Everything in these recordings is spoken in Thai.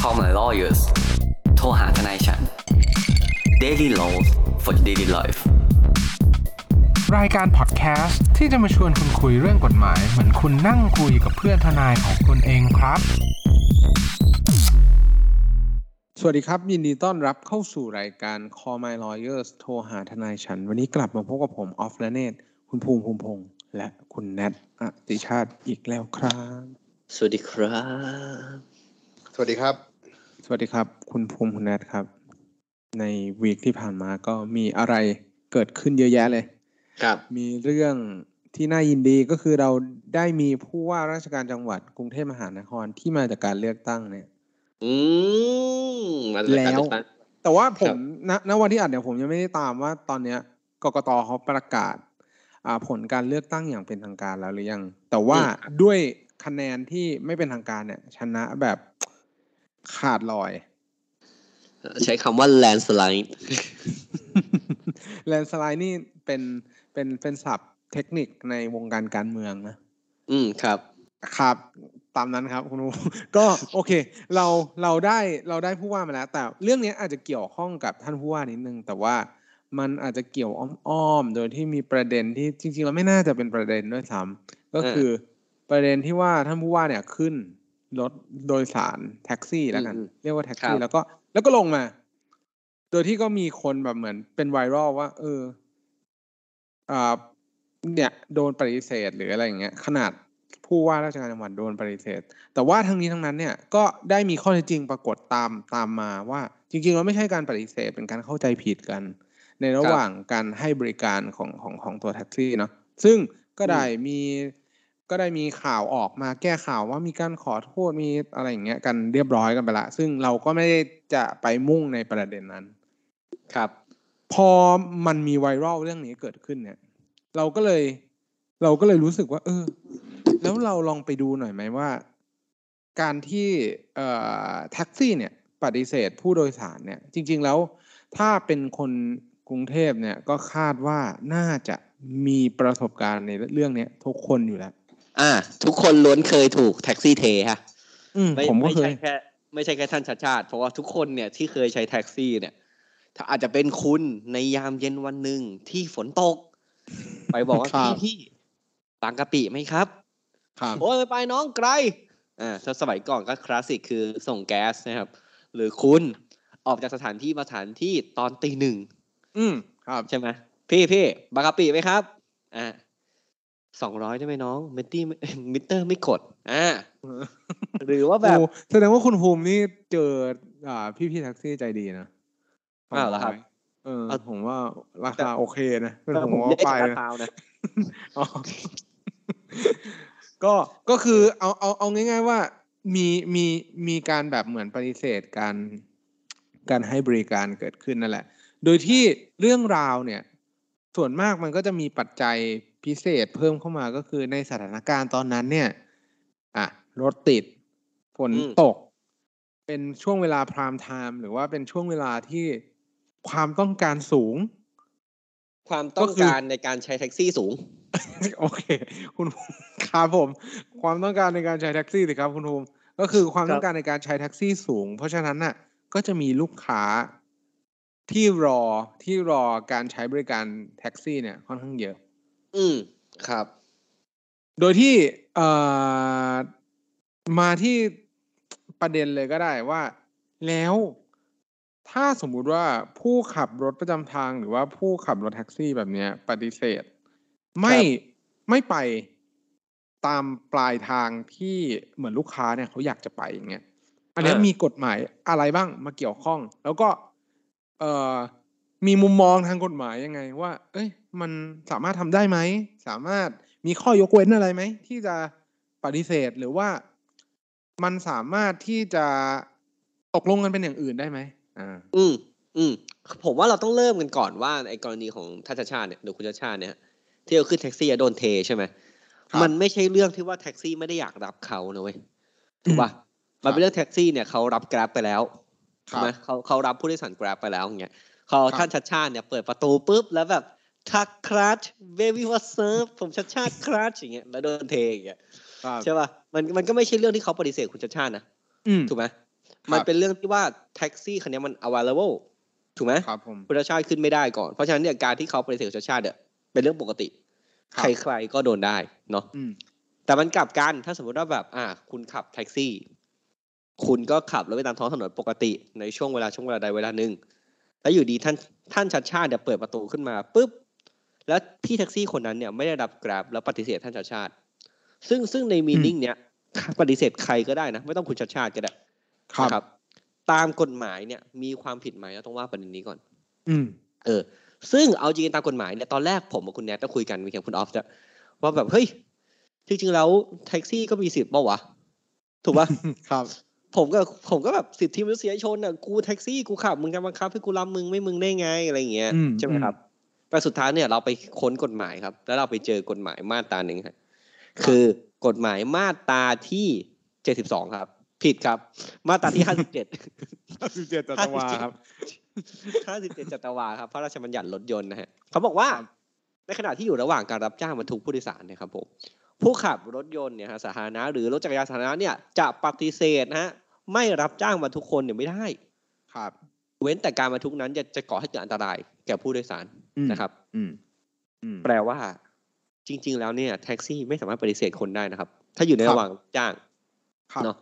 call my lawyers โทรหาทนายฉัน daily laws for daily life รายการพอดแคสต์ที่จะมาชวนคุณคุยเรื่องกฎหมาย เหมือนคุณนั่งคุยกับเพื่อนทนายของคุณเองครับ สวัสดีครับ ยินดีต้อนรับเข้าสู่รายการ Call My Lawyers โทรหาทนายฉัน วันนี้กลับมาพบกับผมออฟและเนตคุณภูมิภูมิพงษ์และคุณแนทอติชาติอีกแล้วครับ สวัสดีครับ สวัสดีครับ สวัสดีครับ คุณภูมิคุณแนทครับ ในวีคที่ผ่านมาก็มีอะไรเกิดขึ้นเยอะแยะเลย ครับ มีเรื่องที่น่ายินดีก็คือเราได้มีผู้ว่าราชการจังหวัดกรุงเทพมหานครที่มาจากการเลือกตั้งเนี่ย อืมมาจากการเอกตั้ง แต่ว่าผ ครั ม บ ณณวันที่อัดเนี่ยผมยังไม่ได้ตามว่าตอนเนี้ยกกตเขาประกาศอ่าผลการเลือกตั้งอย่างเป็นทางการแล้วหรือยัง แต่ว่าด้วยคะแนนที่ไม่เป็นทางการเนี่ย ชนะแบบขาดล อย ใช้คำว่า landslide แลนสไลด์นี่เป็นเป็นเป็นศัพท์เทคนิคในวงการการเมืองนะ อืมครับ ครับตามนั้นครับคุณอู ก็โอเค เราเราได้เราได้ผู้ว่ามาแล้ว แต่เรื่องเนี้ยอาจจะเกี่ยวข้องกับท่านผู้ว่านิดนึง แต่ว่ามันอาจจะเกี่ยวอ้อมๆโดยที่มีประเด็นที่จริงๆแล้วไม่น่าจะเป็นประเด็นด้วยซ้ำก็คือประเด็นที่ว่าท่านผู้ว่าเนี่ยขึ้นรถโดยสารแท็กซี่แล้วกัน อืม เรียกว่าแท็ก ครั ซี่ บ แล้วก็แล้วก็ลงมา โดยที่ก็มีคนแบบเหมือนเป็นไวรัลว่า เออ อ่าเนี่ยโดนปฏิเสธหรืออะไรอย่างเงี้ยขนาดผู้ว่าราชการจังหวัดโดนปฏิเสธ แต่ว่าทั้งนี้ทั้งนั้นเนี่ยก็ได้มีข้อเท็จจริงปรากฏตามตามมาว่า จริงๆแล้วไม่ใช่การปฏิเสธเป็นการเข้าใจผิดกัน ในระหว่างการให้บริการของของของตัวแท็กซี่เนาะซึ่งก็ได้มีก็ได้มีข่าวออกมาแก้ข่าวว่ามีการขอโทษมีอะไรอย่างเงี้ยกันเรียบร้อยกันไปละ ซึ่งเราก็ไม่ได้จะไปมุ่งในประเด็นนั้น ครับ พอมันมีไวรัลเรื่องนี้เกิดขึ้นเนี่ย เราก็เลย เราก็เลยรู้สึกว่า เออ แล้วเราลองไปดูหน่อยไหมว่า การที่เอ่อแท็กซี่เนี่ย ปฏิเสธผู้โดยสารเนี่ย จริง ๆแล้ว ถ้าเป็นคนกรุงเทพเนี่ยก็คาดว่าน่าจะมีประสบการณ์ในเรื่องเนี้ยทุกคนอยู่แล้ว อ่า ทุกคนล้วนเคยถูกแท็กซี่เทฮะ อืม ไม่ ผมก็ ไม่ เค ใช่ ย แค่ไม่ใช่แค่ท่านชาติชาติ เพราะว่าทุกคนเนี่ยที่เคยใช้แท็กซี่เนี่ย ถ้าอาจจะเป็นคุณในยามเย็นวันหนึ่งที่ฝนตก ไปบอกว่า ครับ พี่พี่บางกะปิไหมครับ ครับ โอ้ยไม่ไปน้องไกล อ่าถ้าสมัยก่อนก็คลาสสิกคือส่งแก๊สนะครับ หรือคุณออกจากสถานที่มาสถานที่ตอนตีหนึ่ง อืมครับ ใช่ไหมพี่พี่บางกะปิไหมครับ อ่าสองร้อยได้ไหมน้องมิตตี้มิเตอร์ไม่กด อ่า หรือว่าแบบ โอ้แสดงว่าคุณภูมินี่เจออ่าพี่พี่ๆแท็กซี่ใจดีนะ อ้าวเหรอครับ เออ เอา ผมว่าราคาโอเคนะเป็น แต่ ผม ผม ว่า ไม่ได้ ไป จ่ายรา นะ คานะ อ๋ อก็ก็คือเอาเอาเอาง่าย ๆ ว่ามีมีมีการแบบเหมือนปฏิเสธการการให้บริการเกิดขึ้นนั่นแหละ โดยที่เรื่องราวเนี่ย ส่วนมากมันก็จะมีปัจจัยพิเศษเพิ่มเข้ามาก็คือในสถานการณ์ตอนนั้นเนี่ย อ่ะรถติดฝน อืม ตก เป็นช่วงเวลาพรามไทม์หรือว่าเป็นช่วงเวลาที่ความต้องการสูง ความต้องการในการใช้แท็กซี่สูง โอเค คุณภูมิครับผม ความต้องการในการใช้แท็กซี่สิครับ คุณภูมิก็คือความต้องการในการใช้แท็กซี่สูง เพราะฉะนั้นน่ะ ก็จะมีลูกค้าที่รอที่รอการใช้บริการแท็กซี่เนี่ยค่อนข้างเยอะ อืม ครับ โดยที่เอ่อมาที่ประเด็นเลยก็ได้ว่า แล้วถ้าสมมุติว่าผู้ขับรถประจำทางหรือว่าผู้ขับรถแท็กซี่แบบเนี้ย ปฏิเสธ ไม่ไม่ไปตามปลายทางที่เหมือนลูกค้าเนี่ยเขาอยากจะไปอย่างเงี้ยอันเนี้ย อ่ามี มีกฎหมายอะไรบ้างมาเกี่ยวข้อง แล้วก็เอ่อ มีมุมมองทางกฎหมายยังไง ว่า เอ้ย มันสามารถทำได้ไหม สามารถมีข้อยกเว้นอะไรไหม ที่จะปฏิเสธหรือว่ามันสามารถที่จะตกลงกันเป็นอย่างอื่นได้ไหมอ่า อืม อืม ผมว่าเราต้องเริ่มกันก่อนว่าไอ้กรณีของท่านชาติชาติเนี่ยหรือคุณชาติชาติเนี่ยฮะที่เราขึ้นแท็กซี่แล้วโดนเทใช่ไหม ครับ มันไม่ใช่เรื่องที่ว่าแท็กซี่ไม่ได้อยากรับเขานะเว้ยถูกป่ะมันเป็นเรื่องแท็กซี่เนี่ยเขารับ Grab ไปแล้ว ครับ ใช่ไหมเขาเขารับผู้โดยสาร Grab ไปแล้วอย่างเงี้ยเขา ครับ ท่านชาติชาติเนี่ยเปิดประตูปุ๊บแล้วแบบทักครัชเบบี้วอเซิร์ฟผมชาติชาติครัชอย่างเงี้ยแล้วโดนเทอย่างเงี้ย ครับ ใช่ป่ะมันมันก็ไม่ใช่เรื่องที่เขาปฏิเสธคุณชาติชาตินะ อืม ถูกไหม มันเป็นเรื่องที่ว่าแท็กซี่คันเนี้ยมัน available ถูกไหม ครับผม คุณชาติชาติขึ้นไม่ได้ก่อน เพราะฉะนั้นเนี่ยการที่เขาปฏิเสธคุณชาติชาติเนี่ยเป็นเรื่องปกติ ครับ ใครๆก็โดนได้เนาะ อืม แต่มันกลับกันถ้าสมมติว่าแบบ อ่า คุณขับแท็กซี่ คุณก็ขับแล้วไปตามท้องถนนปกติในช่วงเวลาช่วงเวลาใดเวลาหนึ่งแล้วอยู่ดีท่านท่านชัดชาติเนี่ยเปิดประตูขึ้นมาปุ๊บแล้วพี่แท็กซี่คนนั้นเนี่ยไม่ได้รับกราบแล้วปฏิเสธท่านชัดชาติ ซึ่งซึ่งในมีนิ่งเนี่ยปฏิเสธใครก็ได้นะ ไม่ต้องคุณชัดชาติก็ได้ ครับ นะตามกฎหมายเนี่ยมีความผิดไหมเราต้องว่าประเด็นนี้ก่อน อืม เออ ซึ่งเอาจริงๆตามกฎหมายเนี่ยตอนแรกผมกับคุณแนทก็คุยกันมีแขกคุณออฟจะว่าแบบเฮ้ยจริงๆแล้วแท็กซี่ก็มีสิทธิ์ป่าวะ ถูกปะ ครับ ผมก็ผมก็แบบสิทธิมนุษยชนอ่ะกูแท็กซี่กูขับมึงจะบังคับให้กูรับมึงไม่มึงได้ไงอะไรอย่างเงี้ย อืม ใช่ไหมครับแต่สุดท้ายเนี่ยเราไปค้นกฎหมายครับ แล้วเราไปเจอกฎหมายมาตราหนึ่งครับคือกฎหมายมาตราที่เจ็ดสิบสองครับ ผิดครับ มาตราที่ห้าสิบเจ็ ด สิบเจ็ดจัตวาครับ ห้าสิบเจ็ดจัตวาครับพระราชบัญญัติรถยนต์นะฮะเขาบอกว่า ครับ ในขณะที่อยู่ระหว่างการรับจ้างบรรทุกผู้โดยสารเนะครับผมผู้ขับรถยนต์เนี่ยฮะสาธารณะหรือรถจักรยานสาธารณะเนี่ยจะปฏิเสธนะฮะไม่รับจ้างบรรทุกคนเนี่ยไม่ได้ ครับ เว้นแต่การบรรทุกนั้นจะจะก่อให้เกิดอันตรายแก่ผู้โดยสาร อืม นะครับ อืม อืม แปลว่า จริง ๆ แล้วเนี่ยแท็กซี่ไม่สามารถปฏิเสธคนได้นะครับ ถ้าอยู่ใน ครับ ระหว่างรับจ้าง ครับ เนาะ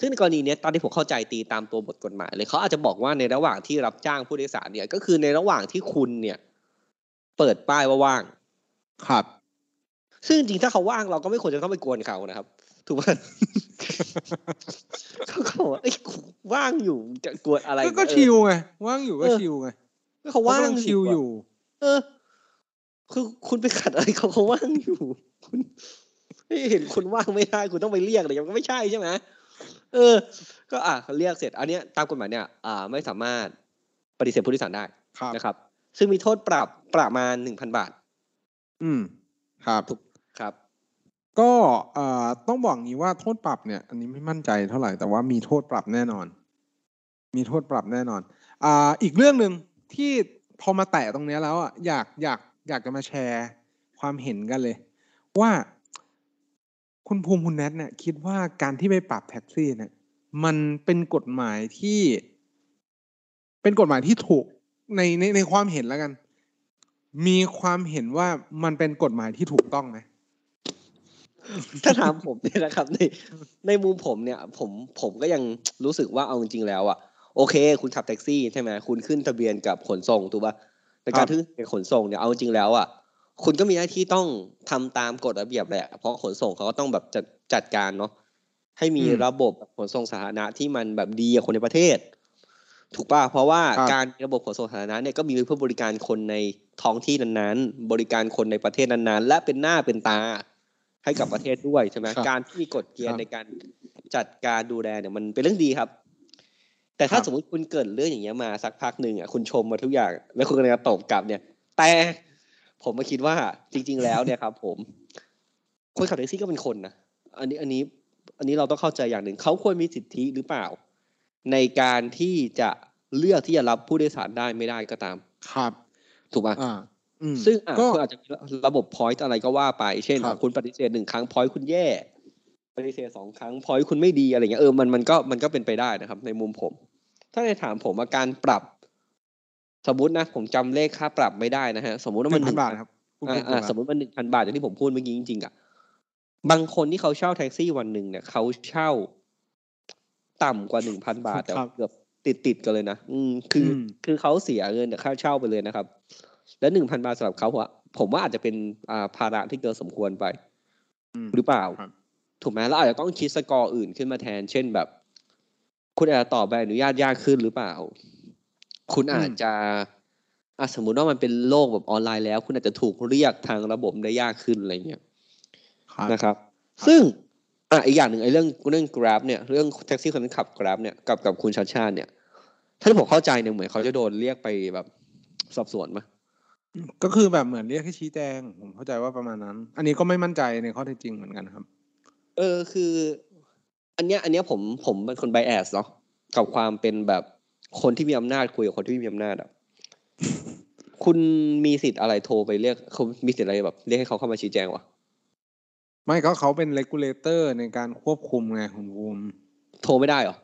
ซึ่งในกรณีเนี้ยตอนที่ผมเข้าใจตีตามตัวบทกฎหมายเลยเขาอาจจะบอกว่าในระหว่างที่รับจ้างผู้โดยสารเนี่ย ก็คือในระหว่างที่คุณเนี่ย เปิดป้ายว่าว่าง ครับ ซึ่งจริงๆถ้าเขาว่างเราก็ไม่ควรจะต้องไปกวนเขานะครับถูกไหม เขาก็บอกว่าเอ้ยกูว่างอยู่จะกวนอะไร ก็ก็ เออ ชิวไง ว่างอยู่ก็ เออ ชิวไง ก็เขาว่าง กำลังชิวอยู่ เออ คือคุณไปขัดอะไรเขาเขาว่างอยู่ คุณเห็นคุณว่างไม่ได้คุณต้องไปเรียกเลยมันก็ไม่ใช่ใช่ไหมเออ ก็อ่ะเรียกเสร็จ อันเนี้ยตามกฎหมายเนี่ยอ่าไม่สามารถปฏิเสธผู้โดยสารได้ ครับ นะครับ ซึ่งมีโทษปรับประมาณหนึ่งพันบาท อืม ครับ ครับ ก็เอ่อต้องบอกงี้ว่าโทษปรับเนี่ย อันนี้ไม่มั่นใจเท่าไหร่แต่ว่ามีโทษปรับแน่นอน มีโทษปรับแน่นอน อ่า อีกเรื่องหนึ่งที่พอมาแตะตรงเนี้ยแล้วอ่ะอยากอยากอยากจะมาแชร์ความเห็นกันเลย ว่าคุณภูมิคุณแนทเนี่ย คิดว่าการที่ไปปรับแท็กซี่เนี่ย มันเป็นกฎหมายที่ เป็นกฎหมายที่ถูกในในในความเห็นแล้วกัน มีความเห็นว่ามันเป็นกฎหมายที่ถูกต้องไหม ถ้าถามผมเนี่ยนะครับ ในในมุมผมเนี่ย ผมผมก็ยังรู้สึกว่าเอาจริงๆแล้วอ่ะโอเค คุณขับแท็กซี่ใช่ไหมคุณขึ้นทะเบียนกับขนส่งถูกป่ะแต่การที่เป็นขนส่งเนี่ยเอาจริงแล้วอ่ะคุณก็มีหน้าที่ต้องทำตามกฎระเบียบแหละ เพราะขนส่งเขาก็ต้องแบบจัดจัดการเนาะให้มี อืม ระบบขนส่งสาธารณะที่มันแบบดีกับคนในประเทศ ถูกป่ะเพราะว่า ครับ การมีระบบขนส่งสาธารณะเนี่ยก็มีไว้เพื่อบริการคนในท้องที่นั้นๆ บริการคนในประเทศนั้นๆ และเป็นหน้าเป็นตา ให้กับประเทศด้วยใช่ไหม ครับ การที่มีกฎเกณ ครั ฑ์ บ ในการจัดการดูแลเนี่ยมันเป็นเรื่องดีครับ แต่ถ้า ครับ สมมติคุณเกิดเรื่องอย่างเงี้ยมาสักพักหนึ่งอ่ะคุณชมมาทุกอย่าง แล้วคุณกำลังจะตบกลับเนี่ย แต่ผมมาคิดว่าจริง ๆ แล้วเนี่ยครับ ผมคนขับแท็กซี่ก็เป็นคนนะอันนี้อันนี้ อันนี้เราต้องเข้าใจอย่างหนึ่งเขาควรมีสิทธิหรือเปล่า ในการที่จะเลือกที่จะรับผู้โดยสารได้ไม่ได้ก็ตาม ครับ ถูกป่ะ อ่าอืม ซึ่งอ่ะ ก็ คุณอาจจะมีระบบ point อะไรก็ว่าไป เช่น ครับ คุณปฏิเสธหนึ่งครั้ง point คุณแย่ ปฏิเสธสองครั้ง point คุณไม่ดีอะไรเงี้ยเออมันมันก็มันก็เป็นไปได้นะครับ ในมุมผม ถ้าในถามผมว่าการปรับ สมมตินะ ผมจำเลขค่าปรับไม่ได้นะฮะ สมมติว่ามัน ห ห นึ่ นึ่ ง ง พันบาทครับคุณ อ่า เป็น อ่า คนละ สมมติมันหนึ่งพันบาทอย่างที่ผมพูดเมื่อกี้จริงๆอ่ะบางคนที่เขาเช่าแท็กซี่วันหนึ่งเนี่ยเขาเช่า ต่ำกว่าหนึ่งพันบาทแต่ ครับ เกือบติดติดๆกันเลยนะอืมคือ อืม คือเขาเสียเงินจากค่าเช่าไปเลยนะครับ และหนึ่งพันบาทสำหรับเขาอะผมว่าอาจจะเป็นอ่าภาระที่เกินสมควรไป อืม หรือเปล่า ครับ ถูกไหมแล้วอาจจะต้องคิดสกอร์อื่นขึ้นมาแทน เช่นแบบ คุณอาจจะต่อใบอนุญาตยากขึ้นหรือเปล่า คุณอาจจะอ่ะสมมุติว่ามันเป็นโลกแบบออนไลน์แล้ว คุณอาจจะถูกเรียกทางระบบได้ยากขึ้นอะไรเงี้ย ครับ นะครับ ซึ่งอ่ะอีกอย่างหนึ่งไอ้เรื่องเรื่อง Grab เนี่ย เรื่องแท็กซี่คนนั้นขับ Grab เนี่ย กับกับคุณชาติชาติเนี่ย ถ้าผมเข้าใจเนี่ยเหมือนเขาจะโดนเรียกไปแบบสอบสวนมา ก็คือแบบเหมือนเรียกให้ชี้แจง ผมเข้าใจว่าประมาณนั้น อันนี้ก็ไม่มั่นใจในข้อเท็จจริงเหมือนกันครับ เออ คือ อันเนี้ย อันเนี้ยผมผมเป็นคนไบแอสเนาะ กับความเป็นแบบคนที่มีอำนาจคุยกับคนที่ไม่มีอำนาจอ่ะ คุณมีสิทธิ์อะไรโทรไปเรียกเขามีสิทธิ์อะไรแบบเรียกให้เขาเข้ามาชี้แจงวะ ไม่ก็เขาเป็นเลกูลเลเตอร์ในการควบคุมไงของภูมิ โทรไม่ได้เหรอ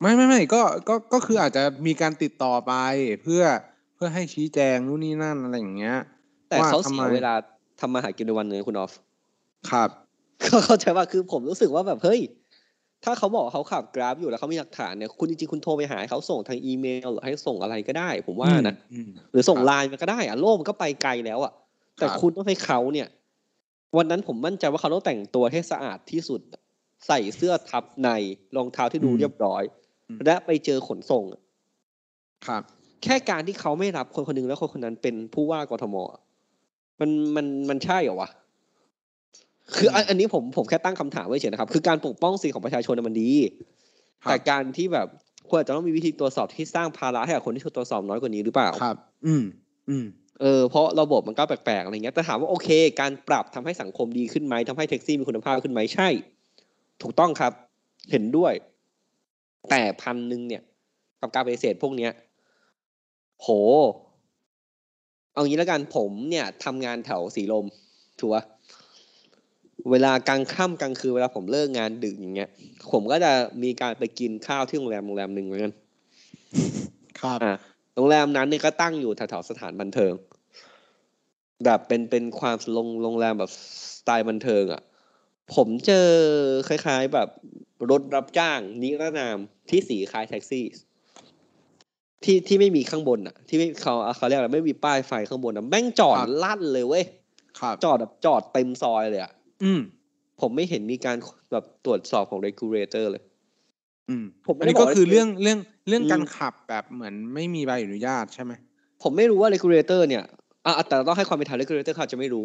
ไม่ไม่ไม่ก็ก็ก็คืออาจจะมีการติดต่อไปเพื่อเพื่อให้ชี้แจงนู่นนี่นั่นอะไรอย่างเงี้ย แต่ ว่า เขา ทำ เสี ไม ยเวลาทำมาหากินในวันหนึงคุณออฟ ครับ ก็เข้าใจว่าคือผมรู้สึกว่าแบบเฮ้ย ถ้าเขาบอกว่าเขาขับกราฟอยู่แล้วเขามีหลักฐานเนี่ยคุณจริงๆคุณโทรไปหาให้เขาส่งทางอีเมลหรือให้ส่งอะไรก็ได้ ผมว่านะ อืม หรือส่ง ครับ ไลน์มันก็ได้อะโลกมันก็ไปไกลแล้วอะแต่ ครับ คุณต้องให้เขาเนี่ย วันนั้นผมมั่นใจว่าเขาต้องแต่งตัวให้สะอาดที่สุด ใส่เสื้อทับในรองเท้าที่ดูเรียบร้อย อืม และไปเจอขนส่งอะ ครับ แค่การที่เขาไม่รับคนคนหนึงแล้วคนคนนั้นเป็นผู้ว่ากทมอะมันมันมันใช่เหรอวะ คืออันอันนี้ผมผมแค่ตั้งคำถามไว้เฉยนะครับ คือการปกป้องสิทธิของประชาชนน่ะมันดี ครับ แต่การที่แบบควรอาจจะต้องมีวิธีตรวจสอบที่สร้างภาระให้กับคนที่ถูกตรวจสอบน้อยกว่านี้หรือเปล่า ครับ อืม อืม เออเพราะระบบมันก็แปลกๆอะไรเงี้ยแต่ถามว่าโอเค การปรับทำให้สังคมดีขึ้นไหมทำให้แท็กซี่มีคุณภาพขึ้นไหมใช่ ถูกต้องครับ เห็นด้วย แต่พันหนึ่งเนี่ย กับการปฏิเสธพวกเนี้ย โห เอางี้แล้วกันผมเนี่ยทำงานแถวสีลมถูกปะเวลากลางค่ำกลางคืนเวลาผมเลิกงานดึกอย่างเงี้ย ผมก็จะมีการไปกินข้าวที่โรงแรมโรงแรมหนึ่งเหมือนกัน ครับ อ่ะโรงแรมนั้นเนี่ยก็ตั้งอยู่แถวๆสถานบันเทิง แบบเป็นเป็นความโรงโรงแรมแบบสไตล์บันเทิง อ่ะ ผมเจอคล้ายๆแบบรถรับจ้างนิรนามที่สีคล้ายแท็กซี่ ที่ที่ไม่มีข้างบนอ่ะ ที่ไม่เขาเขาเรียกอะไรไม่มีป้ายไฟข้างบนอ่ะแม่งจอด ครับ ลั่นเลยเว้ย ครับ จอดแบบจอดเต็มซอยเลยอ่ะ อืม ผมไม่เห็นมีการแบบตรวจสอบของ regulator เลย อืม ผมไม่ อัน ได้ นี้ บอก ก็ ว่า คือเรื่องเรื่องเรื่อง อืม การขับแบบเหมือนไม่มีใบอนุญาตใช่ไหม ผมไม่รู้ว่า regulator เนี่ยอ่ะอ่ะแต่เราต้องให้ความเป็นธรรม regulator เขาอาจจะไม่รู้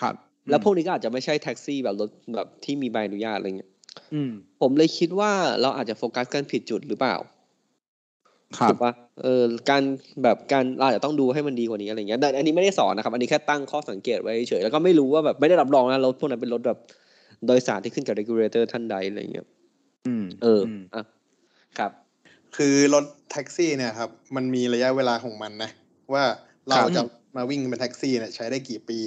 ครับ แล้วพวกนี้ก็อาจจะไม่ใช่แท็กซี่แบบรถแบบที่มีใบอนุญาตอะไรเงี้ย อืม ผมเลยคิดว่าเราอาจจะโฟกัสกันผิดจุดหรือเปล่า ครั ถู บ กปะเออการแบบการเราอาจจะต้องดูให้มันดีกว่านี้อะไรเงี้ยแต่อันนี้ไม่ได้สอนนะครับ อันนี้แค่ตั้งข้อสังเกตไว้เฉยแล้วก็ไม่รู้ว่าแบบไม่ได้รับรองนะรถพวกนั้นเป็นรถแบบโดยสารที่ขึ้นกับ regulator ท่านใดอะไรเงี้ย อืม เอออ ม อ่ะครับ คือรถแท็กซี่เนี่ยครับ มันมีระยะเวลาของมันนะ ว่าเราจะมาวิ่งเป็นแท็กซี่เนี่ยใช้ได้กี่ปี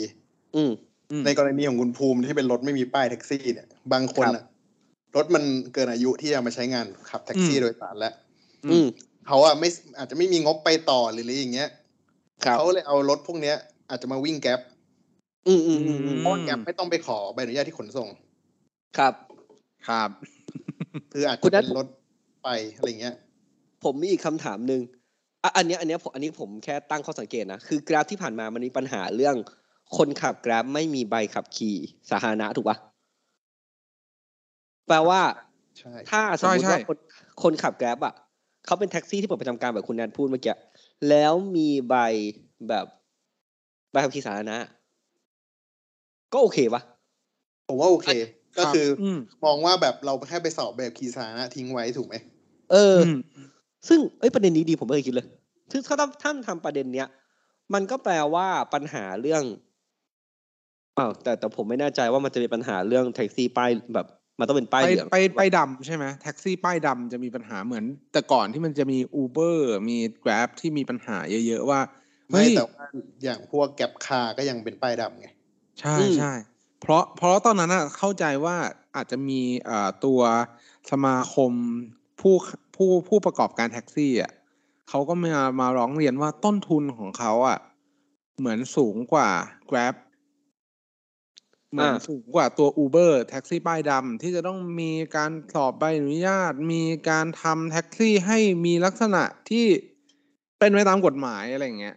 อืม อืม ในกรณีของคุณภูมิที่เป็นรถไม่มีป้ายแท็กซี่เนี่ยบางคน ครับ อะรถมันเกินอายุที่จะมาใช้งานขับแท็กซี่โดยสารแล้ว อืม เขาอะไม่อาจจะไม่มีงบไปต่อหรืออะไรอย่างเงี้ย ครับ เขาเลยเอารถพวกเนี้ย อาจจะมาวิ่งแก๊ป อืมอืมอืมอืม เพราะว่าแก๊ปไม่ต้องไปขอใบอนุญาตที่ขนส่ง ครับ ครับ คืออาจ คุณนัจะท เป็นรถไปอะไรเงี้ย ผมมีอีกคำถามหนึ่งอ่ะอันเนี้ยอันเนี้ยผมอันนี้ผมแค่ตั้งข้อสังเกตนะ คือกราฟที่ผ่านมามันมีปัญหาเรื่อง คนขับกราฟไม่มีใบขับขี่สาธารณะถูกปะแปลว่า ใช่ ถ้าสมมติ ใช่ ว่า ใช่ คนคนขับแกร็บอ่ะเขาเป็นแท็กซี่ที่เปิดประจำการแบบคุณแนนพูดเมื่อกี้แล้วมีใบแบบใบขับขี่สาธารณะ ก็โอเคปะ ผมว่าโอเค ก็คืออ อืม มองว่าแบบเราแค่ไปสอบแบบคีสานะทิ้งไว้ถูกไหม เอออ ม ซึ่งเอ้ยประเด็นนี้ดีผมไม่เคยคิดเลยซึ่งถ้าท่านทำประเด็นเนี้ย มันก็แปลว่าปัญหาเรื่องอ้าวแต่แต่ผมไม่แน่ใจว่ามันจะมีปัญหาเรื่องแท็กซี่ป้ายแบบ มันต้องเป็นป้าย ไป เหลือง ไปไปดำใช่ไหมแท็กซี่ป้ายดำจะมีปัญหาเหมือน แต่ก่อนที่มันจะมีอูเบอร์มี Grab ที่มีปัญหาเยอะ ๆ ว่า ไม่ เฮ้ย แต่ว่าอย่างพวกแก็บคาร์ก็ยังเป็นป้ายดำไง ใช่ใช่เพราะเพราะตอนนั้นอะเข้าใจว่าอาจจะมีเอ่อตัวสมาคมผู้ผู้ผู้ประกอบการแท็กซี่อ่ะเขาก็มามาร้องเรียนว่าต้นทุนของเขาอ่ะเหมือนสูงกว่า Grab เหมือนสูงกว่าตัว Uber แท็กซี่ป้ายดำที่จะต้องมีการสอบใบอนุญาต มีการทำแท็กซี่ให้มีลักษณะที่เป็นไปตามกฎหมายอะไรอย่างเงี้ย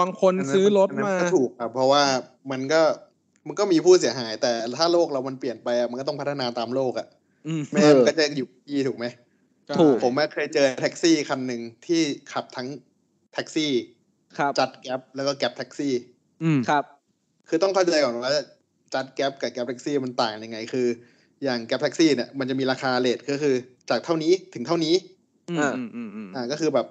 บางคนซื้อรถ อันนั้น มา ก็ถูกครับเพราะว่ามันก็มันก็มีผู้เสียหาย แต่ถ้าโลกเรามันเปลี่ยนไปอะมันก็ต้องพัฒนาตามโลกอะ อืม ไม่งั้นมันก็จะอยู่ที่ถูกไหม ถูก ผมอะเคยเจอแท็กซี่คันหนึ่งที่ขับทั้งแท็กซี่ ครับ จัดแก๊ปแล้วก็แก๊ปแท็กซี่ อืม ครับ คือต้องเข้าใจก่อนว่าจัดแก๊ปกับแก๊ปแท็กซี่มันต่างยังไง คือ อย่างแก๊ปแท็กซี่เนี่ยมันจะมีราคาเลทก็คือ จากเท่านี้ถึงเท่านี้ อืม อ่า อืมอืมอืม อ่าก็คือแบบ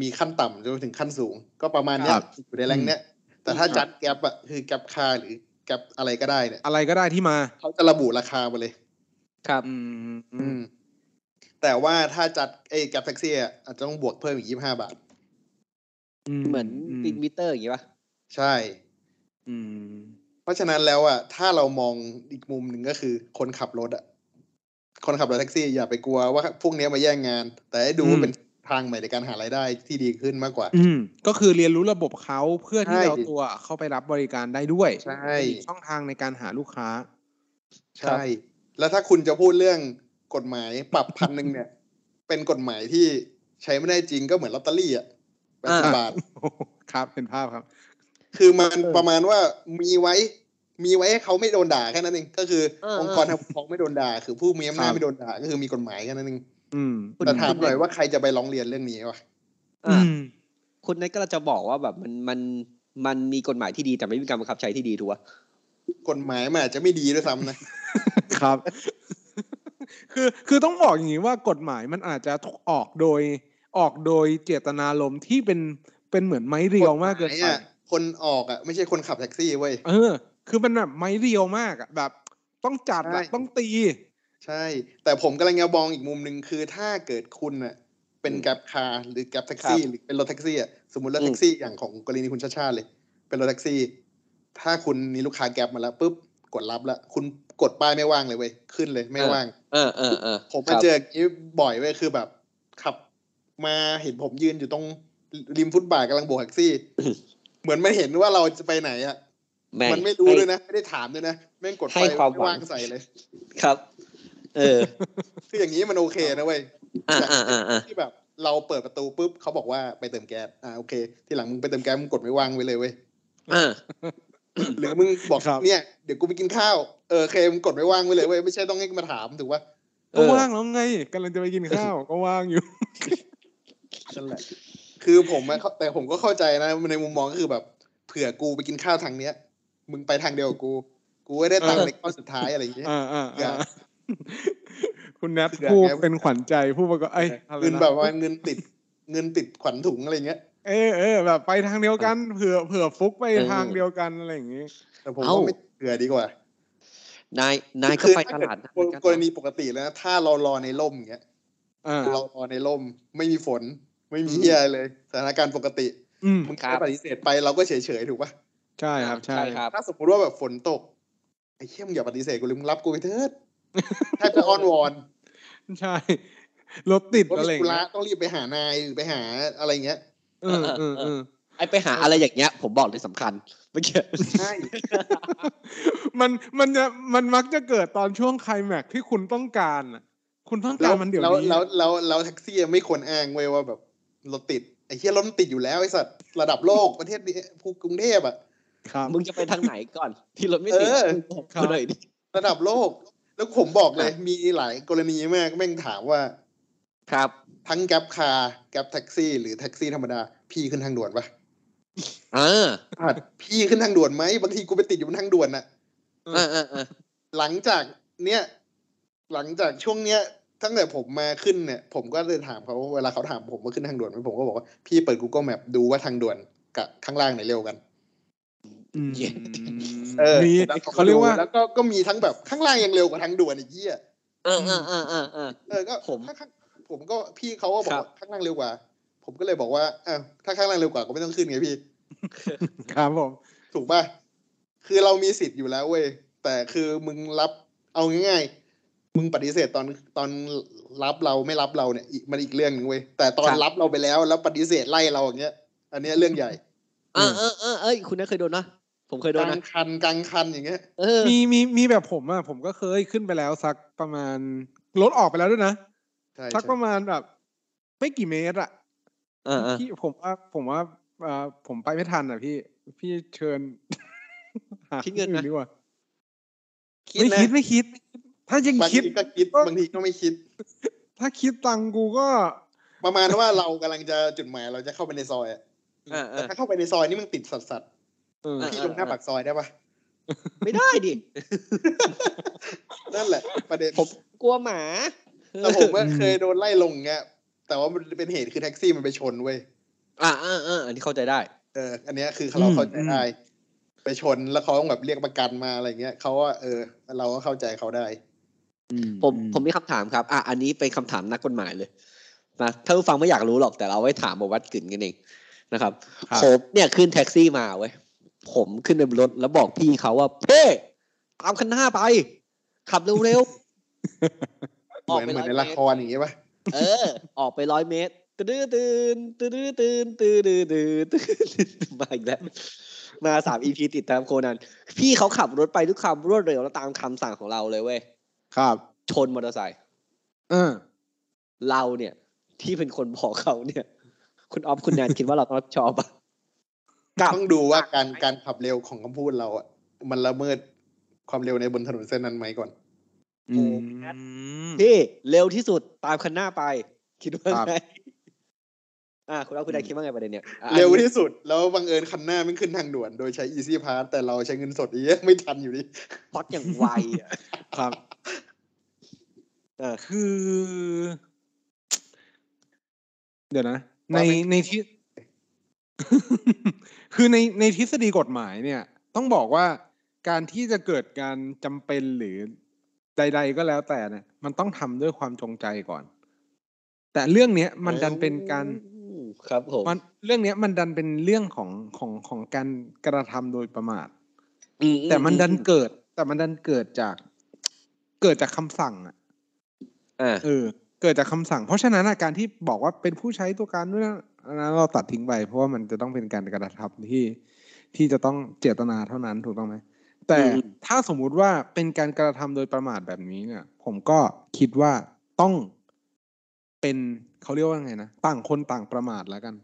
มีขั้นต่ำจนถึงขั้นสูง ก็ประมาณเนี้ ค ย รับ อยู่ในแรงเนี้ยแต่ถ้า ครับ จัดแกลบอะคือแกลบคาร์หรือแกลบอะไรก็ได้เนี่ย อะไรก็ได้ที่มา เขาจะระบุราคามาเลย ครับ อืมอื อื ม ม แต่ว่าถ้าจัดไอ้แกลบแท็กซี่อะอาจจะต้องบวกเพิ่มอีกยี่ห้าบาท เหมือนติดมิเตอร์อย่างงี้ปะ ใช่ อืม เพราะฉะนั้นแล้วอะถ้าเรามองอีกมุมหนึ่งก็คือคนขับรถอะ คนขับรถแท็กซี่อย่าไปกลัวว่าพวกเนี้ยมาแย่งงาน แต่ให้ดู อืม ว่าเป็นทางใหม่ในการหารายได้ที่ดีขึ้นมากกว่า อืมก็คือเรียนรู้ระบบเขาเพื่อที่ ใช่ เราตัวเข้าไปรับบริการได้ด้วย ใช่ เป็นอีกช่องทางในการหาลูกค้า ใช่ แล้วถ้าคุณจะพูดเรื่องกฎหมายปรับพันหนึ่งเนี่ย เป็นกฎหมายที่ใช้ไม่ได้จริงก็เหมือนลอตเตอรี่อ่ะแปดสิบ อ่า บาท ครับเป็นภาพครับ คือมันประมาณว่ามีไว้ มีไว้ให้เขาไม่โดนด่าแค่นั้นเองก็คือ เออ องค์กรทางปกครองไม่โดนด่าคือผู้มีอำนา ครับจไม่โดนด่าก็คือมีกฎหมายแค่นั้นเอง อืม คุณ แต่ถาม คุณ หน่อยว่าใครจะไปร้องเรียนเรื่องนี้วะ อ่ะ อืม คุณเน็ตก็จะบอกว่าแบบมันมันมันมีกฎหมายที่ดีแต่ไม่มีการบังคับใช้ที่ดีถูกปะ กฎหมายมันอาจจะไม่ดีด้วยซ้ำนะ ครับ คือคือต้องบอกอย่างนี้ว่ากฎหมายมันอาจจะออกโดยออกโดยเจตนารมณ์ที่เป็นเป็นเหมือนไม้เรียวมากเกิน กฎห ไป มายอะคนออกอ่ะ ไม่ใช่คนขับแท็กซี่เว้ย เออ คือมันแบบไม้เรียวมากอะแบบ ต้องจัด ใช่ อะต้องตี ใช่ แต่ผมกำลังจะมองอีกมุมหนึ่งคือถ้าเกิดคุณอ่ะเป็นแกร็บคาร์หรือแกร็บแท็กซี่หรือเป็นรถแท็กซี่อ่ะสมมติรถแท็กซี่อย่างของกรณีคุณชาติชาติเลย เป็นรถแท็กซี่ ถ้าคุณมีลูกค้าแกร็บมาแล้วปุ๊บกดรับแล้วคุณกดป้ายไม่ว่างเลยเว้ยขึ้นเลยไม่ว่าง เออเออเออ ผมมา ครับ เจออย่างนี้บ่อยเว้ยคือแบบขับ มาเห็นผมยืนอยู่ตรงริมฟุตบาทกำลังโบกแท็ก ซี่ เหมือนมันเห็นว่าเราจะไปไหนอ่ะ แง มันไม่รู้ด้วยนะ ไม่ได้ถามด้วยนะ แม่งกดไป ให้ความหวัง ไม่ว่างใส่เลย ครับ เออ คืออย่างนี้มันโอเคนะเว้ย อ่าอ่าอ่าอ่า ที่แบบเราเปิดประตูปุ๊บเขาบอกว่าไปเติมแก๊สอ่าโอเค ทีหลังมึงไปเติมแก๊สมึงกดไม่ว่างไว้ เลยเว้ย อ่า หรือมึงบอก ครับ เนี่ยเดี๋ยวกูไปกินข้าวเออโอเคมึงกดไม่ว่างไว้เลยเว้ยไม่ใช่ต้องให้มาถามถูกปะ ก็ เออ ว่างแล้วไงกำลังจะไปกินข้าว ก็ว่างอยู่ นั่นแหละ คือผมอะเข้าแต่ผมก็เข้าใจนะในมุมมองก็คือแบบเผื่อกูไปกินข้าวทางเนี้ย มึงไปทางเดียวกับกู กูไม่ได้ตังค์ในข้อสุดท้ายอะไรอย่างเงี้ย อ่าอ่า อ อ่า ย่า คุณแนท คืออยาก ผู้ แนบ เป็นขวัญใจผู้ประกอบไอ้ยอะไร เงิน นะ แบบว่าเงินติดเงินติดขวัญถุงอะไรเงี้ย เออเออแบบไปทางเดียวกันเผื่อเผื่อฟุกไป เออ ทางเดียวกันอะไรอย่างงี้ แต่ผม เอ้า ว่าไม่เผื่อดีกว่า นายนายก็ไปตลาดนะ คือกรณีปกติแล้วนะถ้าเรารอในร่มอย่างเงี้ย อ่า เรารอในร่ม ไม่มีฝน ไม่มีเฮียอะไรเลยสถานการณ์ปกติ อืม มึงปฏิเสธไปเราก็เฉยเฉยๆถูกปะ ใช่ครับ ใช่ ครับ ถ้าสมมติว่าแบบฝนตกไอ้เฮียมึงอย่าปฏิเสธกูเลยมึงรับกูไปเถิด แทบจะอ้อนวอน ใช่ รถติด ว่า อะไรอ มี ย่าง ธุระ เงี้ย ต้องรีบไปหานายหรือไปหาอะไรเงี้ย เออเออเออ ไอไปหาอะไรอย่างเงี้ย ผมบอกเลยสำคัญเมื่อกี้ ใช่ มันมันจะมันมักจะเกิดตอนช่วงไคลแม็กซ์ที่คุณต้องการน่ะคุณต้องการมันเดี๋ยว แล้ว นี้ แล้วแล้วแล้วแท็กซี่ไม่ควรอ้างเว้ยว่าแบบรถติดไอ้เฮียรถมันติดอยู่แล้วไอ้สัตว์ระดับโลกประเทศนี้ภูกรุงเทพอะ ครับ มึงจะไปทางไหนก่อน ที่รถไม่ติด เออ บอกกูหน่อยดิ ระดับโลก แล้วผมบอกเลย มีหลายกรณีมากแม่งถามว่า ครับ ทั้งแกร็บคาร์แกร็บแท็กซี่ หรือแท็กซี่ธรรมดา พี่ขึ้นทางด่วนปะ เออ พี่ขึ้นทางด่วนไหมบางทีกูไปติดอยู่บนทางด่วนน่ะ เออเออเออ หลังจากเนี้ยหลังจากช่วงเนี้ยตั้งแต่ผมมาขึ้นเนี่ย ผมก็เลยถามเขาเวลาเขาถามผมว่าขึ้นทางด่วนไหมผมก็บอกว่าพี่เปิด Google Map ดูว่าทางด่วนกับข้างล่างไหนเร็วกัน อืม เออ มี แล้ว เขาเรียกว่า แล้วก็ก็มีทั้งแบบข้างล่างยังเร็วกว่าทางด่วนอีกเหี้ย เออเออเออเออเออ เออ ก็ ผม ถ้าข้างผมก็พี่เขาก็บอก ครับ ว่าข้างล่างเร็วกว่า ผมก็เลยบอกว่าอ้าวถ้าข้างล่างเร็วกว่าก็ไม่ต้องขึ้นไงพี่ ครับผม ถูกป่ะ คือเรามีสิทธิ์อยู่แล้วเว้ย แต่คือมึงรับ เอาง่ายๆ มึงปฏิเสธตอนตอนรับเราไม่รับเราเนี่ยอีกมันอีกเรื่องหนึงเว้ย แต่ตอน ครับ รับเราไปแล้วแล้วปฏิเสธไล่เราอย่างเงี้ย อันเนี้ยเรื่องใหญ่ เออเออเออเอ้ยคุณน่าเคยโดนนะผมเคย ก โดน ลาง นะ คันกลางคันอย่างเงี้ย เออ มีมีมีแบบผมอ่ะผมก็เคยขึ้นไปแล้วสักประมาณรถออกไปแล้วด้วยนะ ใช่ สักป ใช่ ระมาณแบบ ไม่กี่เมตรอะ เออเออ พี่ผมว่าผมว่าเอ่อผมไปไม่ทันอ่ะพี่ พี่เชิญ หาคอื่ดีกว่า คิด ไม่ นะ คิดไม่คิด ถ้ายัง บาง คิ ที ด ก็คิดบางทีก็ไม่คิด ถ้าคิดตังค์กูก็ ประมาณว่าเรากำลังจะจุดหมายเราจะเข้าไปในซอยอะ เออเออแต่ถ้าเข้าไปในซอยนี่มึงติดสัสสัสๆ เออ เออ พี่ลงหน้าปากซอยได้ปะ ไม่ได้ดิ นั่นแหละ ประเด็น ผมกลัวหมา แต่ผมก็ อืม เคยโดนไล่ลงเงี้ยแต่ว่ามันเป็นเหตุคือแท็กซี่มันไปชนเว้ย อ่าอ่าอ่าอันนี้เข้าใจได้ เอออันเนี้ยคือเราเข้าใจได้ ไปชนแล้วเขาต้องแบบเรียกประกันมาอะไรเงี้ยเขาว่าเออ เราก็เข้าใจเขาได้ ผมผมมีคำถามครับ อ่ะอันนี้เป็นคำถามนักกฎหมายเลยนะถ้าผู้ฟังไม่อยากรู้หรอกแต่เราไว้ถามมาวัดกึ่นกันเองนะครับ ครับ ผมเนี่ยขึ้นแท็กซี่มาเว้ยผมขึ้นไปบนรถแล้วบอกพี่เขาว่าเพ่ตามคันหน้าไป ขับเร็ว เหมือนเหมือนในละครอย่างเงี้ยป่ะ เออ ออกไปร้อยเมตรตื้อตื่นตื้อตื่นตื้อตื่นตื้อตื่นมาอีกแล้วมาสามอีพีติดตามโคนัน พี่เขาขับรถไปทุกคำรวดเร็วแล้วตามคำสั่งของเราเลยเว้ย ครับ ชนมอเตอร์ไซค์ เออ เราเนี่ย ที่เป็นคนบอกเขาเนี่ย คุณออฟคุณแนนคิดว่าเราต้องรับผิดชอบปะกับ ต้องดูว่าการการขับเร็วของคำพูดเราอ่ะมันละเมิดความเร็วในบนถนนเส้นนั้นไหมก่อน อืม พี่เร็วที่สุดตามคันหน้าไป คิดว่า ครับ ไงอ่ะคุณออฟคุณแนนคิดว่าไงประเด็นเนี่ยอ่ะ เร็วที่สุดแล้วบังเอิญคันหน้าไม่งขึ้นทางด่วน โดยใช้ Easy Pass แต่เราใช้เงินสดเยอะไม่ทันอยู่ดี พล็อดอย่างไวอ่ะ ครับ เออ คือ เดี๋ยวนะ ใน ว่าเป็น ในที่ คือในในทฤษฎีกฎหมายเนี่ย ต้องบอกว่าการที่จะเกิดการจำเป็นหรือใด ๆ ก็แล้วแต่เนี่ย มันต้องทำด้วยความจงใจก่อน แต่เรื่องเนี้ย มันดันเป็นการ อืมครับผม มันเรื่องเนี้ยมันดันเป็นเรื่องของของของการกระทำโดยประมาท อื แต่มันดัน อื เกิด แต่มันดันเกิดจาก เกิดจากคำสั่งอ่ะ อ่า เออ เกิดจากคำสั่ง เพราะฉะนั้นอะการที่บอกว่าเป็นผู้ใช้ตัวการด้วยนะอันนั้นเราตัดทิ้งไป เพราะว่ามันจะต้องเป็นการกระทำที่ที่จะต้องเจตนาเท่านั้นถูกต้องไหมแต่ถ้าสมมุติว่าเป็นการกระทำโดยประมาทแบบนี้เนี่ย ผมก็คิดว่าต้องเป็นเขาเรียกว่าไงนะต่างคนต่างประมาทแล้วกัน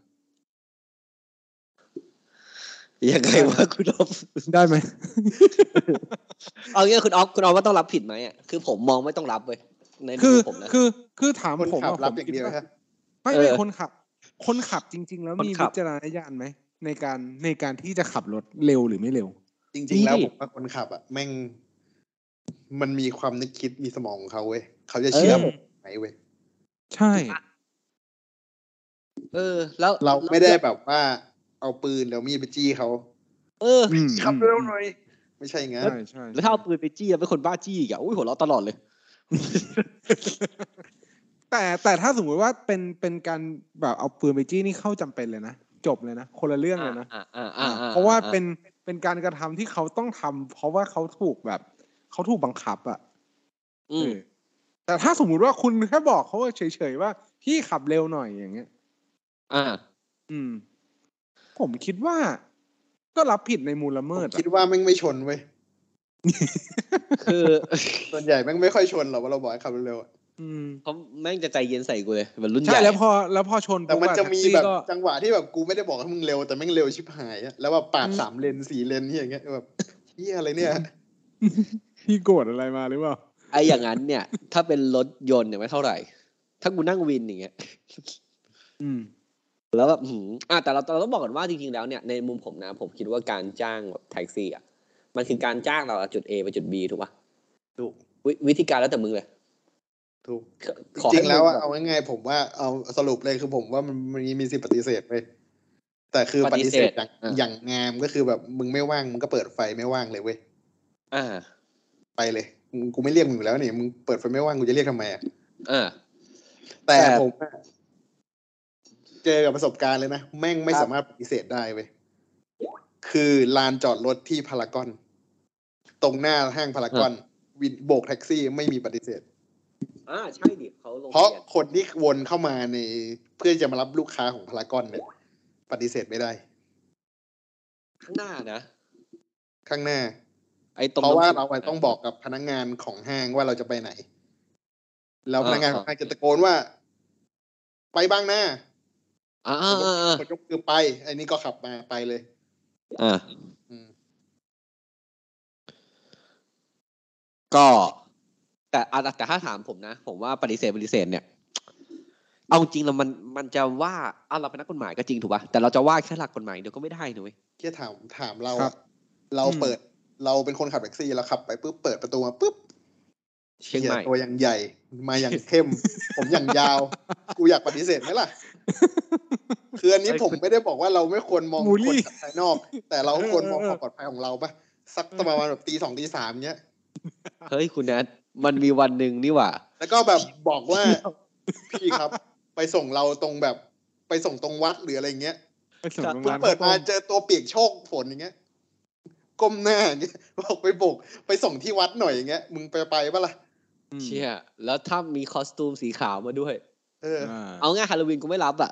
ยังไงวะคุณออฟ ได้ไหม เอางี้คุณออฟคุณออฟว่าต้องรับผิดไหมอ่ะคือผมมองไม่ต้องรับเว้ยในมุม คือ ผมนะ คือคือถาม คน ผม ขับ อะ รับ ผม อย่าง คิ เดียว ว่า ฮะ ไม่ไม่ เออ คนขับ คนขับจริง ๆ แล้ว คน มี ขั วิ บ จารณญาณไหมในการในการที่จะขับรถเร็วหรือไม่เร็ว จริง ๆ แล้ว นี่ ผมว่าคนขับอ่ะแม่ง มันมีความนึกคิดมีสมองของเขาเว้ยเขาจะเชื่อผมไหมเว้ย ใช่ เออ แล้ว เราไม่ได้แบบว่าเอาปืนแล้วมีดไปจี้เขา เออ อืม ขับเร็ว อืม หน่อยไม่ใช่อย่างนั้น ใช่ใช่ แล้วถ้าเอาปืนไปจี้อะเป็นคนบ้าจี้อีกอ่ะอุ้ยหัวเราะตลอดเลย แต่แต่ถ้าสมมุติว่าเป็นเป็นการแบบเอาปืนไปจี้นี่เข้าจำเป็นเลยนะจบเลยนะคนละเรื่องเลยนะ อ่าอ่าอ่าอ่ เพราะว่าเป็นเป็นการกระทำที่เขาต้องทำเพราะว่าเขาถูกแบบเขาถูกบังคับอะ อืม เออแต่ถ้าสมมุติว่าคุณแค่บอกเขาเฉยๆว่าพี่ขับเร็วหน่อยอย่างเงี้ย อ่า อืม ผมคิดว่า ก็รับผิดในมูลละ ผ เมิด ม อะ คิดว่าแม่งไม่ชนเว้ย คือ ส่วนใหญ่แม่งไม่ค่อยชนหรอกว่าเราบอกให้ขับเร็วๆอะ อืม เขาแม่งจะใจเย็นใส่กูเลยเหมือนรุ่นใหญ่ ใช่แล้วพอแล้วพอชน แต่มัปุ๊นอ จะมีแบบ แท็กซี่ก็ จังหวะที่แบบกูไม่ได้บอกให้มึงเร็วแต่แม่งเร็วชิบหายอะแล้วแบบปาดสามเลนสี่เลนนี่อย่างเงี้ยแบบเฮียอะไรเนี่ย พี่โกรธอะไรมาหรือเปล่า ไอ้อย่างนั้นเนี่ย ถ้าเป็นรถยนต์เนี่ยไม่เท่าไหร่ ถ้ากูนั่งวินอย่างเงี้ย อืม แล้วแบบหืมอ่ะแต่เราเราต้องบอกก่อนว่าจริงๆแล้วเนี่ยในมุมผมนะ ผมคิดว่าการจ้างแบบแท็กซี่อ่ะมันคือการจ้างเราจากจุด A ไปจุด B ถูกปะ ถูก วิวิธีการแล้วแต่มึงเลย ถูก ขอขอจริ ให้มึงๆแล้วอะ บบ เอาง่ายๆผมว่าเอาสรุปเลยคือผมว่ามันมันมีสิทธิ์ปฏิเสธไปแต่คือปฏิปฏิเสธเสธ อย่าง อ่ะ อย่างงามก็คือแบบมึงไม่ว่างมึงก็เปิดไฟไม่ว่างเลยเว้ย อ่า ไปเลยมึงกูไม่เรียกมึงอยู่แล้วนี่มึงเปิดไฟไม่ว่างกูจะเรียกทำไมอะ อ่า แต่ แต่ ผมอะเจอกับประสบการณ์เลยนะแม่งไม่สามารถปฏิเสธได้เว้ยคือลานจอดรถที่พารากอน ตรงหน้าห้างพารากอนวินโบกแท็กซี่ไม่มีปฏิเสธ อ่าใช่ดิเขาลง เพราะ ทบียน คนที่วนเข้ามาในเพื่อจะมารับลูกค้าของพารากอนเนี่ยปฏิเสธไม่ได้ ข้างหน้านะ ข้างหน้า ไอ้ตรง เพราะว่า น้ำ เราอะ ะ ต้องบอกกับพนักงานของห้างว่าเราจะไปไหน แล้ว อ่า พนักงานของห้างจะตะโกนว่า ไปบ้างหน้า อ่าอ่าอ่า คนยกมือไปไอ้นี่ก็ขับมาไปเลย อ่า อืม ก็ แต่อ่ะแต่แต่ถ้าถามผมนะ ผมว่าปฏิเสธปฏิเสธเนี่ย เอาจริงแล้วมันมันจะว่าเอาเราเป็นนักกฎหมายก็จริงถูกป่ะแต่เราจะว่าแค่หลักกฎหมายเดี๋ยวก็ไม่ได้นุ้ย แค่ถามถามเรา ครั อะ บ เราเปิด เราเป็นคนขับแท็กซี่เราขับไปปุ๊บเปิดประตูมาปุ๊บ เชียงใหม่ หี้ตัวอย่างใหญ่ มาอย่างเข้ม ผมอย่างยาว กูอยากปฏิเสธไหมล่ะคืออันนี้ผมไม่ได้บอกว่าเราไม่ควรมอง บูลลี่ คนจากภายนอก แต่เราควรมองความปลอดภัยของเราปะสักประมาณแบบตีสองตีสามเนี้ย เฮ้ยคุณแอดมันมีวันหนึ่งนี่หว่า แล้วก็แบบบอกว่า พี่ครับ ไปส่งเราตรงแบบไปส่งตรงวัดหรืออะไรเงี้ย ไปส่งโรงพยาบาง ลเพิ่เปิดมาเจอตัวเปียกโชคฝนอย่างเงี้ยก้มหน้าอย่างเงี้ยบอกไปโบก ไปส่งที่วัดหน่อยอย่างเงี้ยมึงไปไปปะล่ะ อืม เชี่ยแล้วถ้ามีคอสตูมสีขาวมาด้วย เออ เอาง่ายฮาโลวีนกูไม่รับอ่ ะ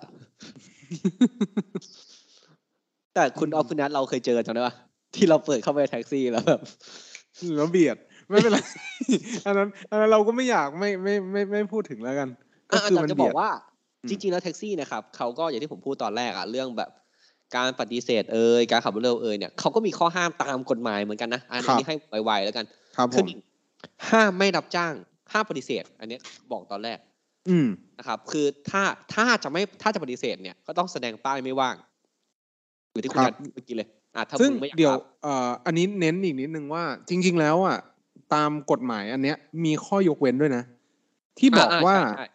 แต่คุณออฟคุณนัทเราเคยเจอกันจำได้ปะที่เราเปิดเข้าไปแท็กซี่แล้วแบบ แล้วเบียดไม่เป็นไร อันนั้นอันนั้นเราก็ไม่อยากไม่ไม่ไม่ไม่พูดถึงแล้วกัน ก็ อ่ะ คือ แต่ มัน จะบ เบี อย ด กว่า อืม จริงๆแล้วแท็กซี่นะครับเขาก็อย่างที่ผมพูดตอนแรกอะเรื่องแบบ การปฏิเสธเอ่ยการขับรถเร็วเอ่ยเนี่ยเขาก็มีข้อห้ามตามกฎหมายเหมือนกันนะอันนี้ให้ไวๆแล้วกัน ครับผ คือ ม หนึ่งห้ามไม่รับจ้างห้ามปฏิเสธ อันเนี้ยบอกตอนแรก อืม นะครับ คือถ้าถ้าจะไม่ถ้าจะปฏิเสธเนี่ยก็ต้องแสดงป้ายไม่ว่างอยู่ที่คุณ ครั นัด บ เมื่อกี้เลยอ่ะถ้า ซึ่ง มึงไม่อยาก เดี๋ยว รับ เอ่ออันนี้เน้นอีกนิดนึงว่า จริง ๆ แล้วอ่ะตามกฎหมายอันเนี้ย มีข้อยกเว้นด้วยนะ ที่บอกว่า ใช่ใช่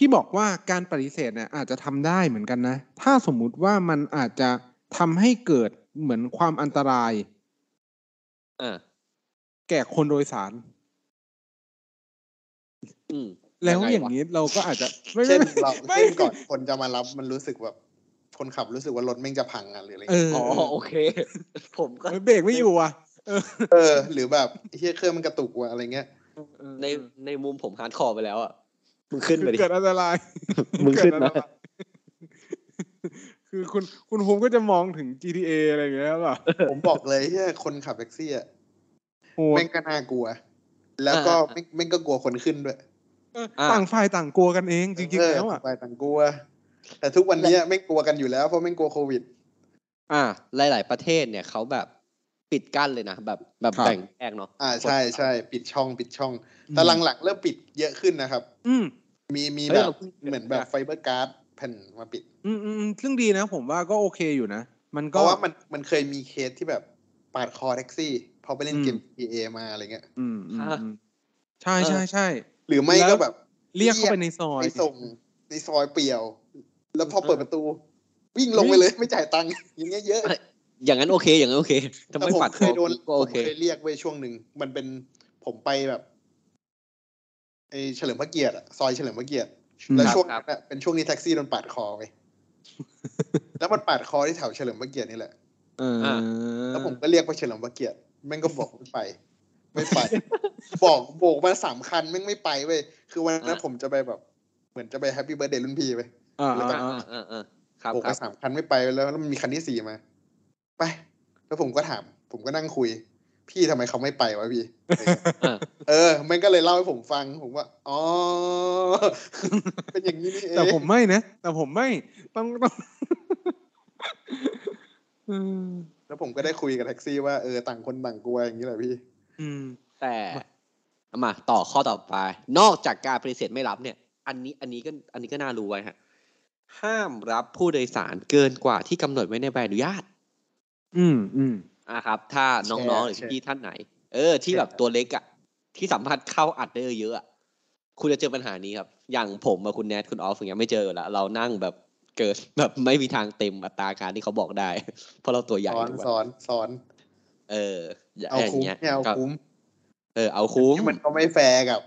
ที่บอกว่าการปฏิเสธเนี่ยอาจจะทำได้เหมือนกันนะ ถ้าสมมุติว่ามันอาจจะทำให้เกิดเหมือนความอันตราย อ่า แก่คนโดยสาร อืม แล้ว ไ อย่างนี้เราก็อาจจะไม่ เช่น ไม่ เรา ไม่ เช่นก่อนคนจะมารับมันรู้สึกแบบคนขับรู้สึกว่ารถแม่งจะพังอ่ะหรืออะไร เอ เงี้ย อ อ๋อโอเค ผมก็ เออเบรกไม่อยู่อ่ะ เออ หรือแบบไอ้เฮียเครื่องมันกระตุกว่ะอะไรเงี้ย ในในมุมผมฮาร์ดคอร์ไปแล้วอ่ะ มึงขึ้นไปดิ เกิดอันตราย มึงขึ้นเกิดอัมาตราย คือคุณคุณภูมิก็จะมองถึง GTA อะไรอย่างเงี้ยหรอ ผมบอกเลยเฮียคนขับแท็กซี่อะ โหด แม่งก็น่ากลัว แล้วก็แม่งแม่งก็กลัวคนขึ้นด้วย เออต่างฝ่ายต่างกลัวกันเองจริง เ ๆแล้วอ่ะ ไปต่างกลัว แต่ทุกวันเนี้ยแม่งกลัวกันอยู่แล้วเพราะแม่งกลัวโควิด อ่า หลาย ๆ ประเทศเนี่ยเขาแบบปิดกั้นเลยนะ แบบแบบแบ่งแยกเนาะ อ่าใช่ใช่ปิดช่องปิดช่อง แต่หลังๆเริ่มปิดเยอะขึ้นนะครับ อืม มีมี เฮ้ แบ ย บ เราเพิ่ง เหมือนแบบไฟเบอร์การ์ดแผ่นมาปิด อืมอืมอืมซึ่งดีนะ ผมว่าก็โอเคอยู่นะ มัน เพ ก็ ราะว่ามันมันเคยมีเคสที่แบบปาดคอแท็กซี่พอไปเล่นเกม อืม GTA มาอะไรเงี้ย อืมอืมอืมใช่ใช่ใช่ หรือไม่ แล้ว ก็แบบ เรียกเข้าไปในซอย ไปส่งในซอยเปลี่ยว แล้วพอเปิดประตู วิ่งลง วิ่ง ไปเลยไม่จ่ายตังค์อย่างเงี้ยเยอะ อย่างนั้นโอเค อย่างนั้นโอเคทำ แต่ ไม ผม ปัด เคยโดน ก็ ผ โอ ม เค เคยเรียกไว้ช่วงหนึ่งมันเป็นผมไปแบบไอเฉลิมพระเกียรติอะซอยเฉลิมพระเกียรติ แล้ว ครับ ช่วง ครั นั้ บ นอะเป็นช่วงที่แท็กซี่โดนปาดคอ ไป แล้วมันปาดคอที่แถวเฉลิมพระเกียรตินี่แหละ เออ แล้วผมก็เรียกไปเฉลิมพระเกียรติแม่งก็บอกไม่ไป ไม่ ไป บอกโบกมาสามคันแม่งไม่ไปเว้ยคือวันนั้น อ่ะ ผมจะไปแบบ เหมือนจะไปแฮปปี้เบิร์ดเดย์รุ่นพี่ไป อ่า อ่า อ่าอ่า อ่าอ่าอ่าครับ โบก ครั มา บ สามคันไม่ไปแล้วแล้วมันมีคันที่สี่มา ไป แล้วผมก็ถาม ผมก็นั่งคุย พี่ทำไมเขาไม่ไป วะพี่อะไรเงี้ย อ่ะ เออแม่งก็เลยเล่าให้ผมฟัง ผมว่าอ๋อ เป็นอย่างนี้นี่เอง แต่ผมไม่นะ แต่ผมไม่ต้องต้อง เออ แล้วผมก็ได้คุยกับแท็กซี่ว่าเออต่างคนต่างกลัวอย่างนี้แหละพี่ อืม แต่เอามาต่อข้อต่อไป นอกจากการปฏิเสธไม่รับเนี่ย อันนี้อันนี้ก็อันนี้ก็น่ารู้ไว้ฮะห้ามรับผู้โดยสารเกินกว่าที่กำหนดไว้ในใบอนุญาต อืมอืม อ่ะครับ ถ้าน้องๆหรือ แชร์ พี่ท่านไหน เออ ที่แบบตัวเล็กอ่ะ ที่สัมผัสเข้าอัดได้เยอะๆอะคุณจะเจอปัญหานี้ครับ อย่างผมมาคุณแนทคุณออฟอย่างเงี้ยไม่เจออยู่ละเรานั่งแบบเกิดแบบไม่มีทางเต็มอัตราการที่เขาบอกได้ เพราะเราตัวใหญ่ สอน ถูกปะ สอนสอน เอออย่า เอา อย่าง คุ้ม เงี้ย เนี่ยเอา ก็ คุ้ม เออเอาคุ้ม นี่มันก็ไม่แฟร์กับ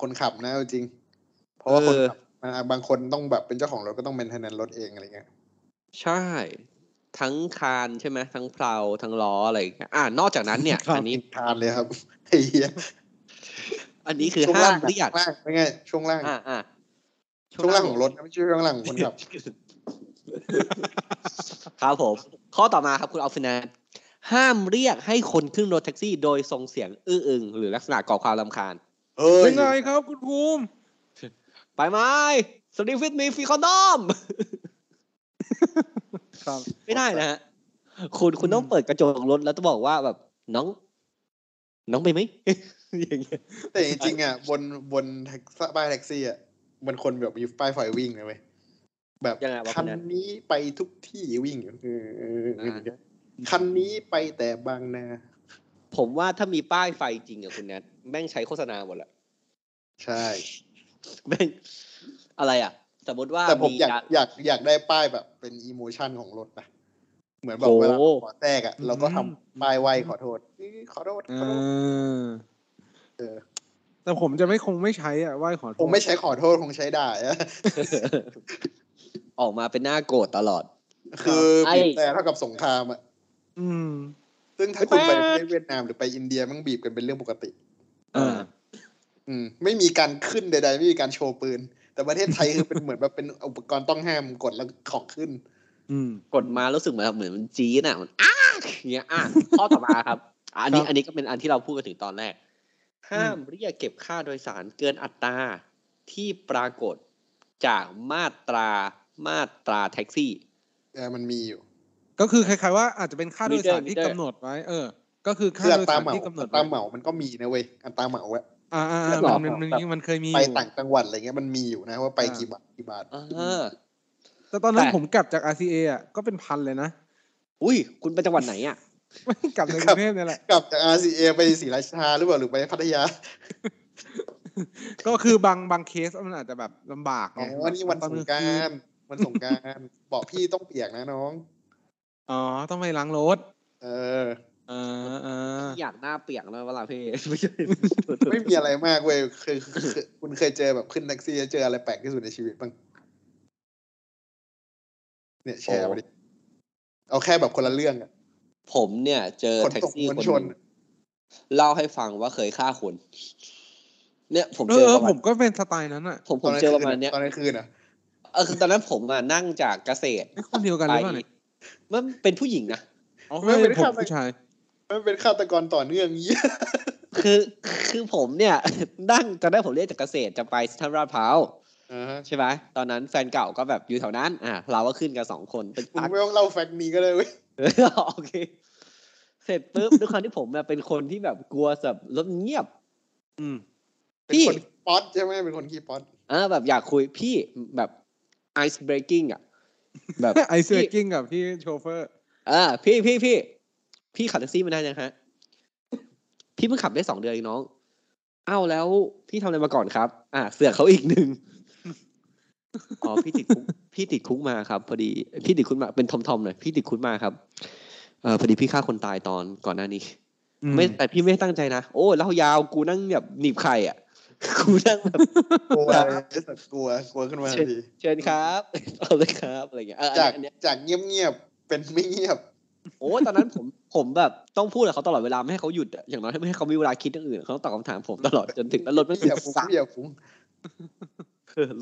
คนขับนะเอาจริง เพราะว่า เออ คนขับมันบางคนต้องแบบเป็นเจ้าของรถก็ต้องเป็นทนนรถเองอะไรเงี้ย ใช่ ทั้งคานใช่ไหมทั้งเพลาทั้งล้ออะไรอย่างเงี้ยอ่านอกจากนั้น เนี่ย อันนี้ ทานเลยครับไอ้เหี้ย อันนี้คือ ช่วง ห้า ล่าม ง เรียก ช่วงล่างไม่ไงช่วงล่าง อ่าอ่า ช่วงล่างของรถนะไม่ใช่ช่วงล่างของคนขับ ครับผม ข้อต่อมาครับคุณออฟฟินันห้ามเรียกให้คนขึ้นรถแท็กซี่โดยทรงเสียงอื้ออึงหรือลักษณะก่อความรำคาญ เอ้ย เป็นไงครับคุณภูมิ ไปไหมสตีฟิตมีฟรีคอนดอม ครับ ไม่ได้นะฮะคุณคุณต้องเปิดกระจกรถแล้วต้องบอกว่าแบบน้อง น้องไปไหม อย่างเงี้ย แต่จริงๆอ่ะบนบนแท็กซี่ป้ายแท็กซี่อ่ะมันคนแบบมีป้ายไฟวิ่งนะเว้ยแบบ ยังไงวะ คั คุณ น นัน นี้ไปทุกที่วิ่งอยู่เออเออเออ อ่า คันนี้ไปแต่บางนา ผมว่าถ้ามีป้ายไฟจริงอะคุณนันแม่งใช้โฆษณาหมดละ ใช่ แม่งอะไรอะสมมติว่า แต่ผม มี อยาก การ อยากอยากได้ป้ายแบบเป็นอีโมชันของรถนะ เหมือนแบบ โอ้ เวลาขอแทรกอะเราก็ทำ อืม ป้ายไหวขอโทษอื้อขอโทษ เอ ขอโทอษเออ แต่ผมจะไม่คงไม่ใช้อ่ะไหว้ขอโทษ คงไม่ใช้ขอโทษคงใช้ได้อะ ออกมาเป็นหน้าโกรธตลอด คือ ไอ้ บีบแต่เท่ากับสงครามอะ อืม ซึ่งถ้าคุณไปประเทศเวียดนามหรือไปอินเดียมันบีบกันเป็นเรื่องปกติ เออ อืมไม่มีการขึ้นใด ๆ ไม่มีการโชว์ปืน แต่ประเทศไทยคือเป็น เหมือนแบบเป็นอุปกรณ์ต้องห้ามกดแล้วของขึ้น อืม กดมารู้สึกเหมือนเหมือนมันจี๊ดอ่ะมันอ้าอย่างเงี้ยอ่ะ ข้อต่อมาครับ อันนี้ ครับ อันนี้ก็เป็นอันที่เราพูดกันถึงตอนแรก ห้ามเรียกเก็บค่าโดยสารเกินอัตราที่ปรากฏจากมาตรามาตราแท็กซี่ แต่มันมีอยู่ ก็คือคล้ายๆว่าอาจจะเป็นค่าโดยสาร Leader ที่ leader กำหนดไว้ เออ ก็คือ คื ค่า ออั โดย ตรา สาร เหมา ที่กำหน อั ด ตรา ไว้ เหมามันก็มีนะเว้ยอัตราเหมาอะ อ่าอ่าอ่า เหรอ มันมันมันเคยมีอ ไป ยู่ ต่างจังหวัดอะไรเงี้ยมันมีอยู่นะว่าไป อ่า กี่บาทกี่บาท เออ แต่ตอนนั้น แต่ ผมกลับจาก RCA อ่ะก็เป็นพันเลยนะ อุ้ย คุณไปจังหวัดไหนอ่ะ ไม่กลับในกรุงเทพเนี่ยแหละ กลับจาก RCA ไปศรีราชาหรือเปล่าหรือไปพัทยา ก็คือบางบางเคสมันอาจจะแบบลำบาก อ๋ ไง อนี่วันสงกรารวันสงกรารบอกพี่ต้องเปียกนะน้อง อ๋อ ต้องไปล้างรถ เออ เออเออ อยากหน้าเปียกนะเวลาพี่ ไม่มีอะไรมากเว้ยคือคือคือคุณเคยเจอแบบขึ้นแท็กซี่แล้วเจออะไรแปลกที่สุดในชีวิตบ้าง เนี่ยแชร์ไปดิ เอาแค่แบบคนละเรื่องอะ ผมเนี่ยเจอแท็กซี่ ข คน น ส่งมวล ห ชน นึ่งเล่าให้ฟังว่าเคยฆ่าคน เนี่ย ผม เอ เจอ อ ประผมาณ มก็เป็นสไตล์นั้นอ่ะ ผมผ ตอ ม กลาง เจอ คื ประมาณเนี้ย ตอนกลางคืนอ่ะ เออคือตอนนั้นผมอะนั่งจากเกษตร ไอ้คนเดียวกันห ไป รือเปล่าเนี่ย มันเป็นผู้หญิงนะ อ๋อไม่เป็นผมผู้ชาย มันเป็นฆาตกรต่อเนื่อง เยี่ย คือคือผมเนี่ย นั่งตอนแรกผมเรียกจากเกษตรจะไปเซ็นทรัลลาดพร้าว อ่าฮะ ใช่ไหมตอนนั้นแฟนเก่าก็แบบอยู่แถวนั้น อ่ะเราก็ขึ้นกันสองคนตึก คุณ ตัก ไม่ต้องเล่าแฟกต์นี้ก็ได้เว้ย โอเค เสร็จปุ๊บ ด้วยความที่ผมอะเป็นคนที่แบบกลัวแบบรถเงียบ อืม เป็นคนป๊อตใช่ไหมเป็นคนขี้ป๊อต เออแบบอยากคุยพี่ แบบ ice breaking อ่ะ แบบ ไอเสือกิ้งกับที่โชเฟอร์ เออพี่พี่พี่พี่ขับแท็กซี่ไม่ได้นะฮะ พี่เพิ่งขับได้สองเดือนเองน้องอ้าวแล้วพี่ทำอะไรมาก่อนครับ อ่า เสือกเขาอีกหนึ่งอ๋อพี่ติดคุกพี่ติดคุกมาครับ พอดี พี่ติดคุกมาเป็นทอมทอมหน่อยพี่ติดคุกมาครับเออพอดีพี่ฆ่าคนตายตอนก่อนหน้านี้ ไม่แต่พี่ไม่ได้ตั้งใจนะโอ้เล่ายาวกูนั่งแบบหนีบไข่อ่ะ กูนั่งแบบ กลัวไอ้สัตว์กลัวกลัวขึ้นมาทันที เชิญครับ เอาเลยครับอะไรอย่างเงี้ยเอออัน จาก เนี้ย จากเงียบๆเป็นไม่เงียบ โอ้ยตอนนั้นผม ผมแบบต้องพูดกับเขาตลอดเวลาไม่ให้เขาหยุดอะอย่างน้อยไม่ให้เขามีเวลาคิดเรื่องอื่นเขาต้องตอบคำถามผมตลอดจนถึงแล้วรถไม่ เห ติ ยีดยบฟุ้ง สัต เหยียบฟุ้ง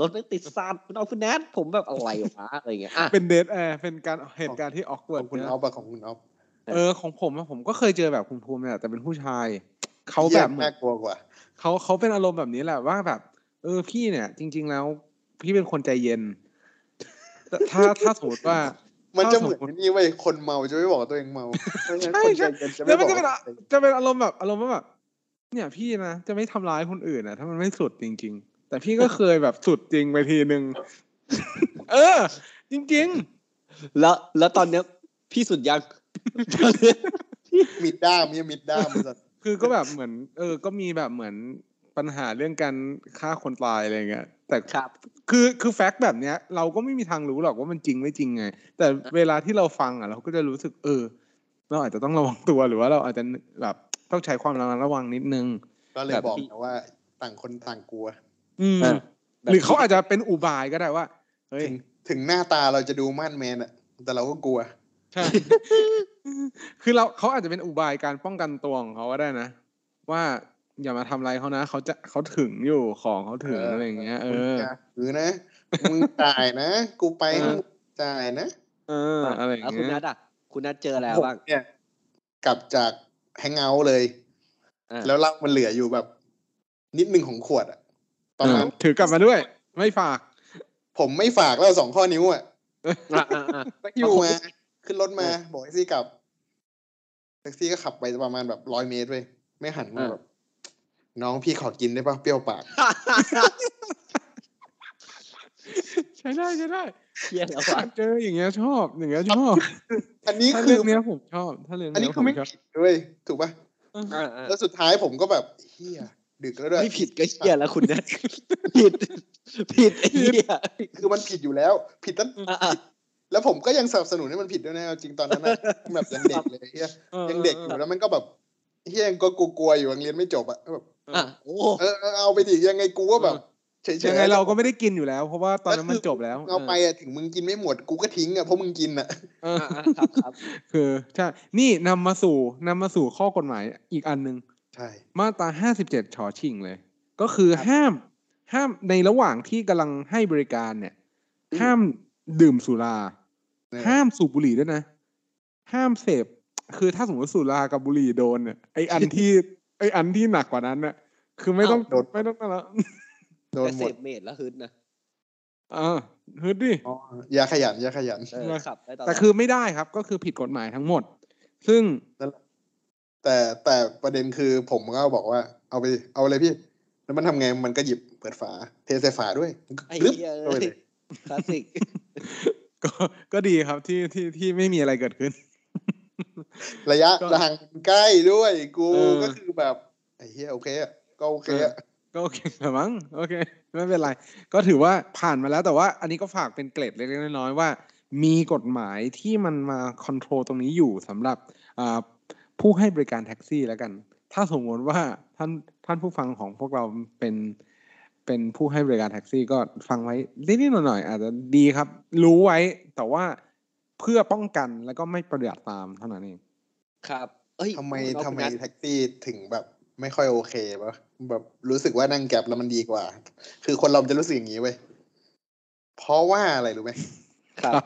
รถไม่ติดสัตคุณเอาคุณแนทผมแบบอะไรวะอะไรเงี้ยอ่ะ เป็นเดทแอร์เป็นการเหตุการณ์ที่ออก ข เวิร์ อ ด งคุณออฟอะของคุณออฟ เออของผมอะผมก็เคยเจอแบบคุณภูมิเนี่ยแต่เป็นผู้ชาย เขา หี้ แบ ย บเหมือน น่ากลัวกว่า เขาเขาเป็นอารมณ์แบบนี้แหละว่าแบบ เออพี่เนี่ย จริง ๆ แล้ว พี่เป็นคนใจเย็นแต่ถ้าถ้าสมมติว่า มันจะ ถ้าสมเหมือน มุติ นี่เว้ยคนเมาจะไม่บอกว่าตัวเองเมาเพราะฉะนั้น ใช่ คน ใช่ ใจเย็ นจะไม่ แล้ว บ มันจะอกเป็น ว่า อะจะเป็นอารมณ์แบบอารมณ์ว่าแบบเนี่ยพี่นะจะไม่ทำร้ายคนอื่นนะถ้ามันไม่สุดจริง ๆ แต่พี่ก็เคยแบบสุดจริงไปทีนึง เออ จริง แล้วแล้วตอนเนี้ยพี่สุดยัง ตอนเนี้ย มิดด้ามเนี่ยมิดด้ามมันจะ ๆ คือก็แบบเหมือน เออ ก็มีแบบเหมือนปัญหาเรื่องการฆ่าคนตายอะไรเงี้ยแต่ ครับ คือคือแฟกต์แบบเนี้ยเราก็ไม่มีทางรู้หรอกว่ามันจริงไม่จริงไง แต่เวลาที่เราฟังอ่ะ เราก็จะรู้สึกเออ เราอาจจะต้องระวังตัวหรือว่าเราอาจจะแบบต้องใช้ความระมัดระวังนิดนึง ก็เลยบอกนะว่าต่างคนต่างกลัว อืม อ่ะ หรือเขาอาจจะเป็นอุบายก็ได้ว่าเฮ้ย ถึงถึงหน้าตาเราจะดูมั่นแมนอะแต่เราก็กลัว ใช่ คือเราเขาอาจจะเป็นอุบายการป้องกันตัวของเขาก็ได้นะ ว่าอย่ามาทำอะไรเขานะเขาจะเขาถึงอยู่ของเขาถึง เอออ อะไรอย่างเงี้ยเอ มึง อ จะหือนะมึงจ่ายนะ กูไป เออ มึงจ่ายนะ เอออะไรอย่าง แล้วคุณ เงี้ นั ย ทอ่ะ คุณนัทเจอแล้ว ผม บ้าง เนี่ยกลับจากแฮงเอาท์เลย อ่ะ แล้วเหล้ามันเหลืออยู่แบบ นิดหนึ่งของขวดอะประมาณ เออถือกลับมาด้วย ไม่ฝาก ผมไม่ฝากแล้วสองข้อนิ้วอะ อ่ะอ่ะอ่ะ ก็อยู่มาขึ้นรถมา เออ บอกแท็กซี่กลับแท็กซี่ก็ขับไปประมาณแบบร้อยเมตรเว้ยไม่หันมา เออ แบบ น้องพี่ขอกินได้ปะเปรี้ยวปาก ใช้ได้ใช้ได้ เชี่ยแล้วว่ะ เจออย่างเงี้ยชอบอย่างเงี้ยชอบ อันนี้ ถ้า คื เรื่ อ องเนี้ยผมชอบ ถ้าเรื่อง อัน เนี้ยนี้คื ผ อ ม ไม่ ชอบ ผิดเว้ยถูกปะ อ่ะอ่ะ แล้วสุดท้ายผมก็แบบเฮียดึกแล้วด้วย ไม่ผิดก็เชี่ยแล้วคุณนัทผิด ผิดไอ้เหี้ย คือมันผิดอยู่แล้ว ผิดตั้ง อ่ะอ่ะ แล้วผมก็ยังสนับสนุนให้มันผิดด้วยนะเอาจริงตอนนั้นนะแบบยังเด็กเลยเฮีย ออ ยังเด็กอยู่แล้วมันก็แบบเฮียยังก็กลัวๆอยู่ยังเรียนไม่จบอะแบบ อ่ะโอ้ เออเออเอาไปดิยังไงกูก็แบบเฉยๆ ยังไงเราก็ไม่ได้กินอยู่แล้ว เพราะว่าตอนนั้นมัน แล้วคือ จบแล้ว เอาไปอะถึงมึงกินไม่หมดกูก็ทิ้งอะเพราะมึงกินอะ เออ อ่ะอ่ะครับครับ คือใช่นี่นำมาสู่นำมาสู่ข้อกฎหมายอีกอันหนึ่ง ใช่ มาตราห้าสิบเจ็ดชอชิงเลย ก็คือห้ามห้ามในระหว่างที่กำลังให้บริการเนี่ย อืม ห้ามดื่มสุรา เออ ห้ามสูบบุหรี่ด้วยนะ ห้ามเสพ คือถ้าสมมติสุรากับบุหรี่โดนเนี่ยไออัน ที่ ไออันที่หนักกว่านั้นเนี่ยคือไม่ต้อง อ้าวโดน ไม่ต้องนั่นแล้ว โดน แต่ ห เส มด พเมดแล้วฮึดนะ อ่าฮึดดิ อ๋อยาขยันยาขยัน เออ นะ ขับได้ตลอด แต่คือไม่ได้ครับ ก็คือผิดกฎหมายทั้งหมด ซึ่ง แต่แต่ประเด็นคือผมก็บอกว่า เอาไปเอาเลยพี่ แล้วมันทำไงมันก็หยิบเปิดฝา เทใส่ฝาด้วย ไอ้ ลึบ เหี้ย เข้าไปเลย คลาสสิก ก็ก็ดีครับที่ที่ที่ไม่มีอะไรเกิดขึ้น ระยะ ก็ ห่างใกล้ด้วย กู เออ ก็คือแบบไอ้เหี้ยโอเคอะก็โอเคอะ ก็โอเคละมั้งโอเค ไม่เป็นไร ก็ถือว่าผ่านมาแล้วแต่ว่าอันนี้ก็ฝากเป็นเกร็ดเล็กๆน้อยๆว่า มีกฎหมายที่มันมาคอนโทรลตรงนี้อยู่สำหรับอ่าผู้ให้บริการแท็กซี่แล้วกัน ถ้าสมมติว่าท่านท่านผู้ฟังของพวกเราเป็นเป็นผู้ให้บริการแท็กซี่ก็ฟังไว้นิดๆหน่อยๆอาจจะดีครับ รู้ไว้แต่ว่าเพื่อป้องกันแล้วก็ไม่ประหยัดตามเท่านั้นเอง ครับ เอ้ย ทำไม เรา ทำไม นัด แท็กซี่ถึงแบบ ไม่ค่อยโอเคปะแบบรู้สึกว่านั่งแกร็บแล้วมันดีกว่า คือคนเรามันจะรู้สึกอย่างนี้เว้ยเพราะว่าอะไรรู้ไหม ครับ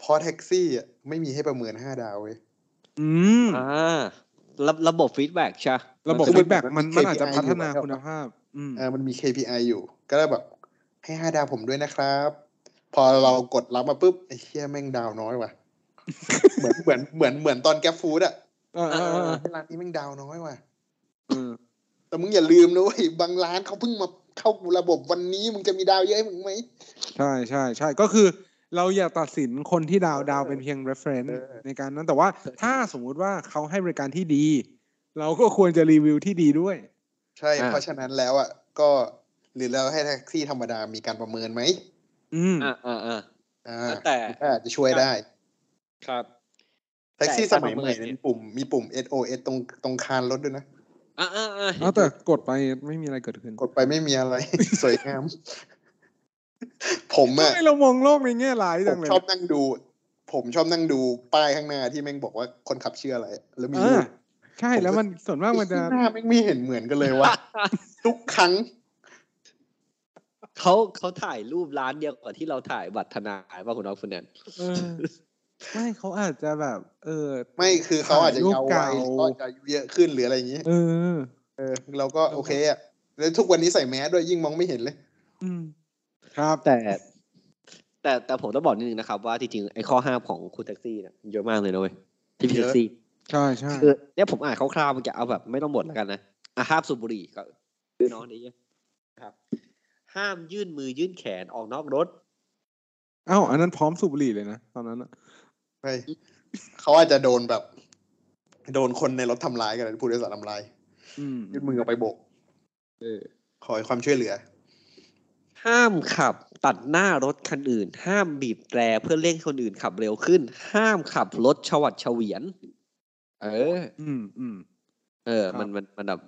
เพราะแท็กซี่อะไม่มีให้ประเมินห้าดาวเว้ย อืม อ่าระระบบฟีดแบ็กใช่ ระบบ คือมั ฟี น ดแบ็กมัน มั มัน น มี อาจจะ KPI พัฒนา อยู่แล้คุณวภาพ อืม เออมันมี KPI อยู่ ก็เลยแบบให้ห้าดาวผมด้วยนะครับ พอเรากดรับมาปุ๊บไอ้เชี่ยแม่งดาวน้อยว่ะ เหมือนเหมือนเหมือนเหมือนตอนแกฟูดอะ เออเออเออ ไอ้ร้านนี้แม่งดาวน้อยว่ะ เออ แต่มึงอย่าลืมนะเว้ยบางร้านเขาเพิ่งมาเข้าระบบวันนี้มึงจะมีดาวเยอะให้มึงไหม ใช่ใช่ใช่ก็คือ เราอย่าตัดสินคนที่ดาวดาวเป็นเพียง reference เออ ในการนั้นแต่ว่าถ้าสมมุติว่าเขาให้บริการที่ดี เราก็ควรจะรีวิวที่ดีด้วย ใช่ อ่า เพราะฉะนั้นแล้วอ่ะก็ หรือเราให้แท็กซี่ธรรมดามีการประเมินไหม อืม อ่าอ่าอ่า อ่า แต่ ก็อาจจะช่วยได้ ครับ แท็กซี่ แต่ ส การ มัย ประ ให เมินม่นั้ เนี่ น ย ปุ่มมีปุ่ม SOS ตรงตรงคานรถด้วยนะ อ่าอ่าอ่า เอาแต่กดไปไม่มีอะไรเกิดขึ้น กดไปไม่มีอะไร สวยงาม ผม ทำ อะ ไมเรามองโลกในแง่ร้าย ผ จั ม งเลย ชอบนั่งดู ผมชอบนั่งดูป้ายข้างหน้าที่แม่งบอกว่าคนขับชื่ออะไร แล้วมี เอ รู อ ป ใช่แล้วมันส่วนมากมันจะ ไอ้ที่หน้าแม่งไม่เห็นเหมือนกันเลย ว่ะ ทุกครั้ง เขาเขาถ่ายรูปร้านเดียวกับที่เราถ่ายบัตรธนาคารว่าคุณน้องคนนั้น เออ ไม่เขาอาจจะแบบ เออ ไม่คือเขาอาจจะเยาว์วัย ถ่ายรูป เขา เก่า อาจจะอายุเยอะขึ้นหรืออะไรอย่างนี้ เออ เออเราก็โอเคอะแล้วทุกวันนี้ใส่แมสด้วยยิ่งมองไม่เห็นเลย อืม ครับ แต่ แต่แต่ผมต้องบอกนิดนึงนะครับว่าจริงๆไอ้ข้อห้ามของคุณแท็กซี่เนี่ยเยอะมากเลยนะเว้ยที่พี่ เย แท็ อะ กซี่ ใช่ใช่ คือเนี่ยผมอ่านคร่าวๆมันจะเอาแบบไม่ต้องหมดแล้วกันนะอ่ะห้ามสูบบุหรี่ก็คือน้องนี้ครับ ห้ามยื่นมือยื่นแขนออกนอกรถ อ้าวอันนั้นพร้อมสูบบุหรี่เลยนะตอนนั้นอะ เฮ้ยเขาอาจจะโดนแบบ โดนคนในรถทำร้ายกันเลยผู้โดยสารทำร้าย อืม ยื่นมือออกไปโบก เออ ขอความช่วยเหลือ ห้ามขับตัดหน้ารถคันอื่น ห้ามบีบแตรเพื่อเร่งให้คนอื่นขับเร็วขึ้น ห้ามขับรถชวัดเฉวียน เออ อืมอืม เออ ครับ มันมันมันแบบ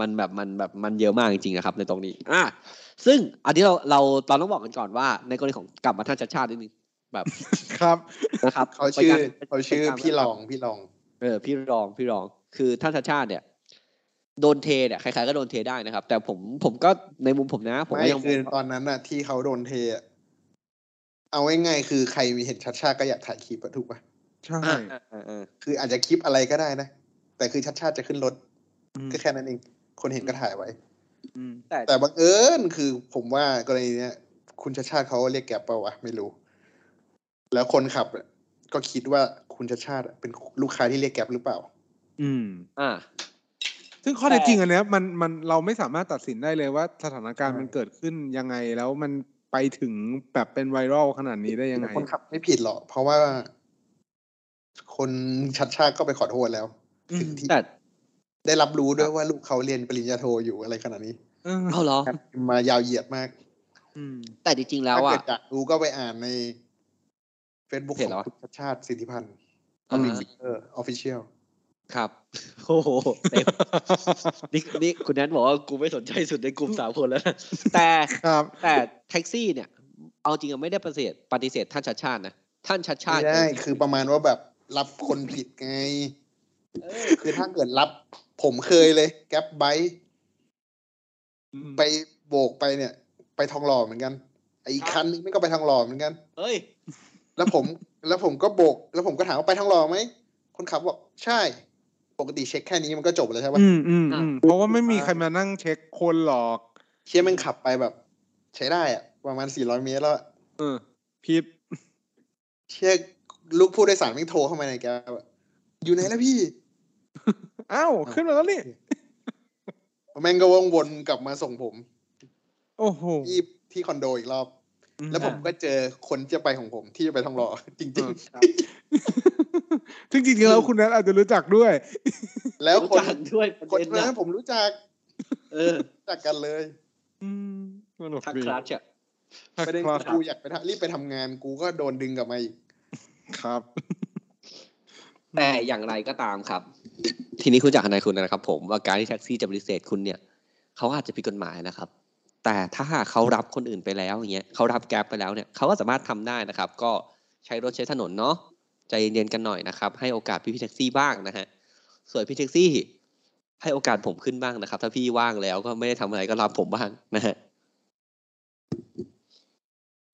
มันแบบมันแบบมันเยอะมากจริงๆนะครับ ในตรงนี้ อ่ะซึ่งอันนี้เราเราเราต้องบอกกันก่อนว่า ในกรณีของกลับมาท่านชาติชาตินิดนึงแบบ ครับ นะครับ เขาชื่อ ไปกัน เขาชื่อ ไปกัน พี่รองพี่รอง เออพี่รองพี่รองคือท่านชาติชาติเนี่ย โดนเทเนี่ยใครๆก็โดนเทได้นะครับ แต่ผมผมก็ในมุมผมนะ ผม ไม่ ก็ยังม คื อง อ ว่า ตอนนั้นน่ะ ที่เขาโดนเทอะเอาง่ายๆคือใครมีเห็นชัดชาติก็อยากถ่ายคลิปอะถูกปะ ใช่ อ่ะอ่ะอ่ะอ่ะ คืออาจจะคลิปอะไรก็ได้นะ แต่คือชัดชาติจะขึ้นรถ อืม ก็แค่นั้นเอง คนเห็นก็ถ่ายไว้ อืม แต่ แต่บังเอิญคือผมว่ากรณีเนี้ย คุณชัดชาติเขาเรียกแกร็บเปล่าวะไม่รู้ แล้วคนขับอะก็คิดว่าคุณชัดชาติอะเป็นลูกค้าที่เรียกแกร็บหรือเปล่า อืม อ่า ซึ่งข้อ แต่ เท็จจริงอันเนี้ยมันมันเราไม่สามารถตัดสินได้เลยว่าสถานการณ์ ใช่ มันเกิดขึ้นยังไงแล้วมันไปถึงแบบเป็นไวรัลขนาดนี้ได้ยังไง แต่คนขับไม่ผิดหรอกเพราะว่า คนชัดชาติก็ไปขอโทษแล้ว อืม ถึงที่ แต่ ได้รับรู้ด้วยว่าลูกเขาเรียนปริญญาโทอยู่อะไรขนาดนี้ เออ เอาเหรอ ครับมายาวเหยียดมาก อืม แต่จริงๆ แล้ ถ้าวอ่ะเกิดอยากรู้ก็ไปอ่านใน Facebook เพจ ขอ เห ง รอ คุณชัดชาติสิทธิพันธ์ อ่าฮะ เออออฟฟิเชียล ครับ โอ้โหเต็มนี่นี่คุณแนนบอกว่ากูไม่สนใจสุดในกลุ่มสามคนแล้วนะแต่ ครับ แต่แท็กซี่เนี่ย เอาจริงอะไม่ได้ปฏิเสธปฏิเสธท่านชาติชาตินะ ท่านชาติชา ไม่ ติ ได้ เอง คือประมาณว่าแบบรับคนผิดไง เออ คือถ้าเกิดรับผมเคยเลย แก๊ปไบ อืม ไปโบกไปเนี่ย ไปทองหล่อเหมือนกันไอ้อีกคันนึงมันก็ไปทองหล่อเหมือนกัน เฮ้ย แล้วผม แล้วผมก็โบก แล้วผมก็ถามว่าไปทางหล่อไหม คนขับบอกใช่ ปกติเช็คแค่นี้มันก็จบแล้วใช่ปะ อืมอืมอืมเพราะว่าไม่มีใครมานั่งเช็คคนหรอก เชี่ยแมันขับไปแบบ ใช้ได้อะประมาณ 400 เมตรแล้วอะ พีท เชี่ยลูกผู้โดยสารแม่งโทรเข้ามาในแกบอะอยู่ไหนแล้วพี่ อ้าวขึ้นมาแล้วนี่ แม่งก็วงวนกลับมาส่งผม โอ้โห ที่ที่คอนโดอีกรอบ แล้วผมก็เจอคนที่จะไปของผมที่จะไปทองห ล่อจริง ซึ่งจริงๆแล้วคุณนัทอาจจะรู้จักด้วย ๆ แล้ว รู้ คน จักด้วยประ คน เด็น คน นะ นั้นผมรู้จัก เออ รู้จักกันเลย อืมสนุก ทัก ดี คลาสอะ ทัก ประเด็น คลาส คือกูอยากไปทำรีบไปทำงานกูก็โดนดึงกลับมาอีก ครับ แต่อย่างไรก็ตามครับ ทีนี้คุณจากทนายคุณนะครับ ผมว่าการที่แท็กซี่จะปฏิเสธคุณเนี่ยเขาอาจจะผิดกฎหมายนะครับ แต่ถ้าหากเขารับคนอื่นไปแล้วอย่างเงี้ยเขารับแกร็บไปแล้วเนี่ยเขาก็สามารถทำได้นะครับ ก็ใช้รถใช้ถนนเนาะใจเย็นๆกันหน่อยนะครับ ให้โอกาสพี่พี่ๆแท็กซี่บ้างนะฮะส่วนพี่แท็กซี่ ให้โอกาสผมขึ้นบ้างนะครับ ถ้าพี่ว่างแล้วก็ไม่ได้ทำอะไรก็รับผมบ้างนะฮะ